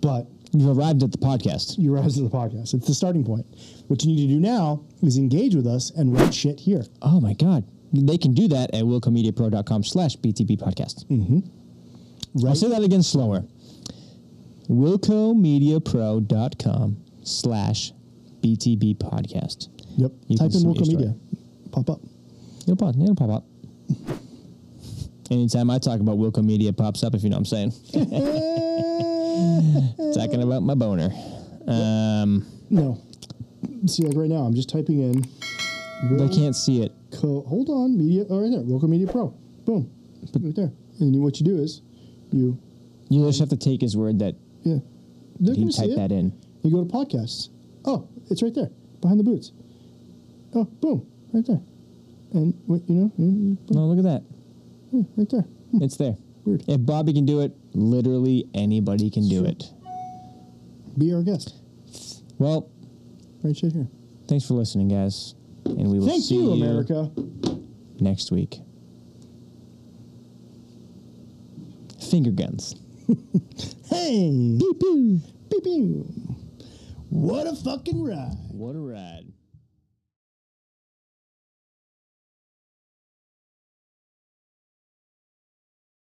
but You've arrived at the podcast. you arrived at the podcast. It's the starting point. What you need to do now is engage with us and write shit here. Oh my god, they can do that at willcomediapro.com slash btb podcast. I'll Mm-hmm. Right? say that again slower. willcomediapro.com slash btb podcast. Yep. You can Type in submit your Wilco story. Media. Pop up. It'll pop. It'll pop up. Anytime I talk about Wilco Media it pops up, if you know what I'm saying. Talking about my boner. Um, No. See, like right now, I'm just typing in. they can't see it. Wilco- Hold on, media. Oh, right there. Wilco Media Pro. Boom. Right there. And you- what you do is, you You just have to take his word that yeah. They're he gonna see typed it. that in. You go to podcasts. Oh, it's right there behind the boots. Oh, boom, right there. And what you know, mm, mm, boom, No, look at that. yeah, right there. It's there. Hmm. Weird. If Bobby can do it, literally anybody can do it. Be our guest. Well, Right shit here. thanks for listening, guys, and we will Thank see you, America. next week. Finger guns. Hey. Pew pew. Pew pew. What a fucking ride. What a ride.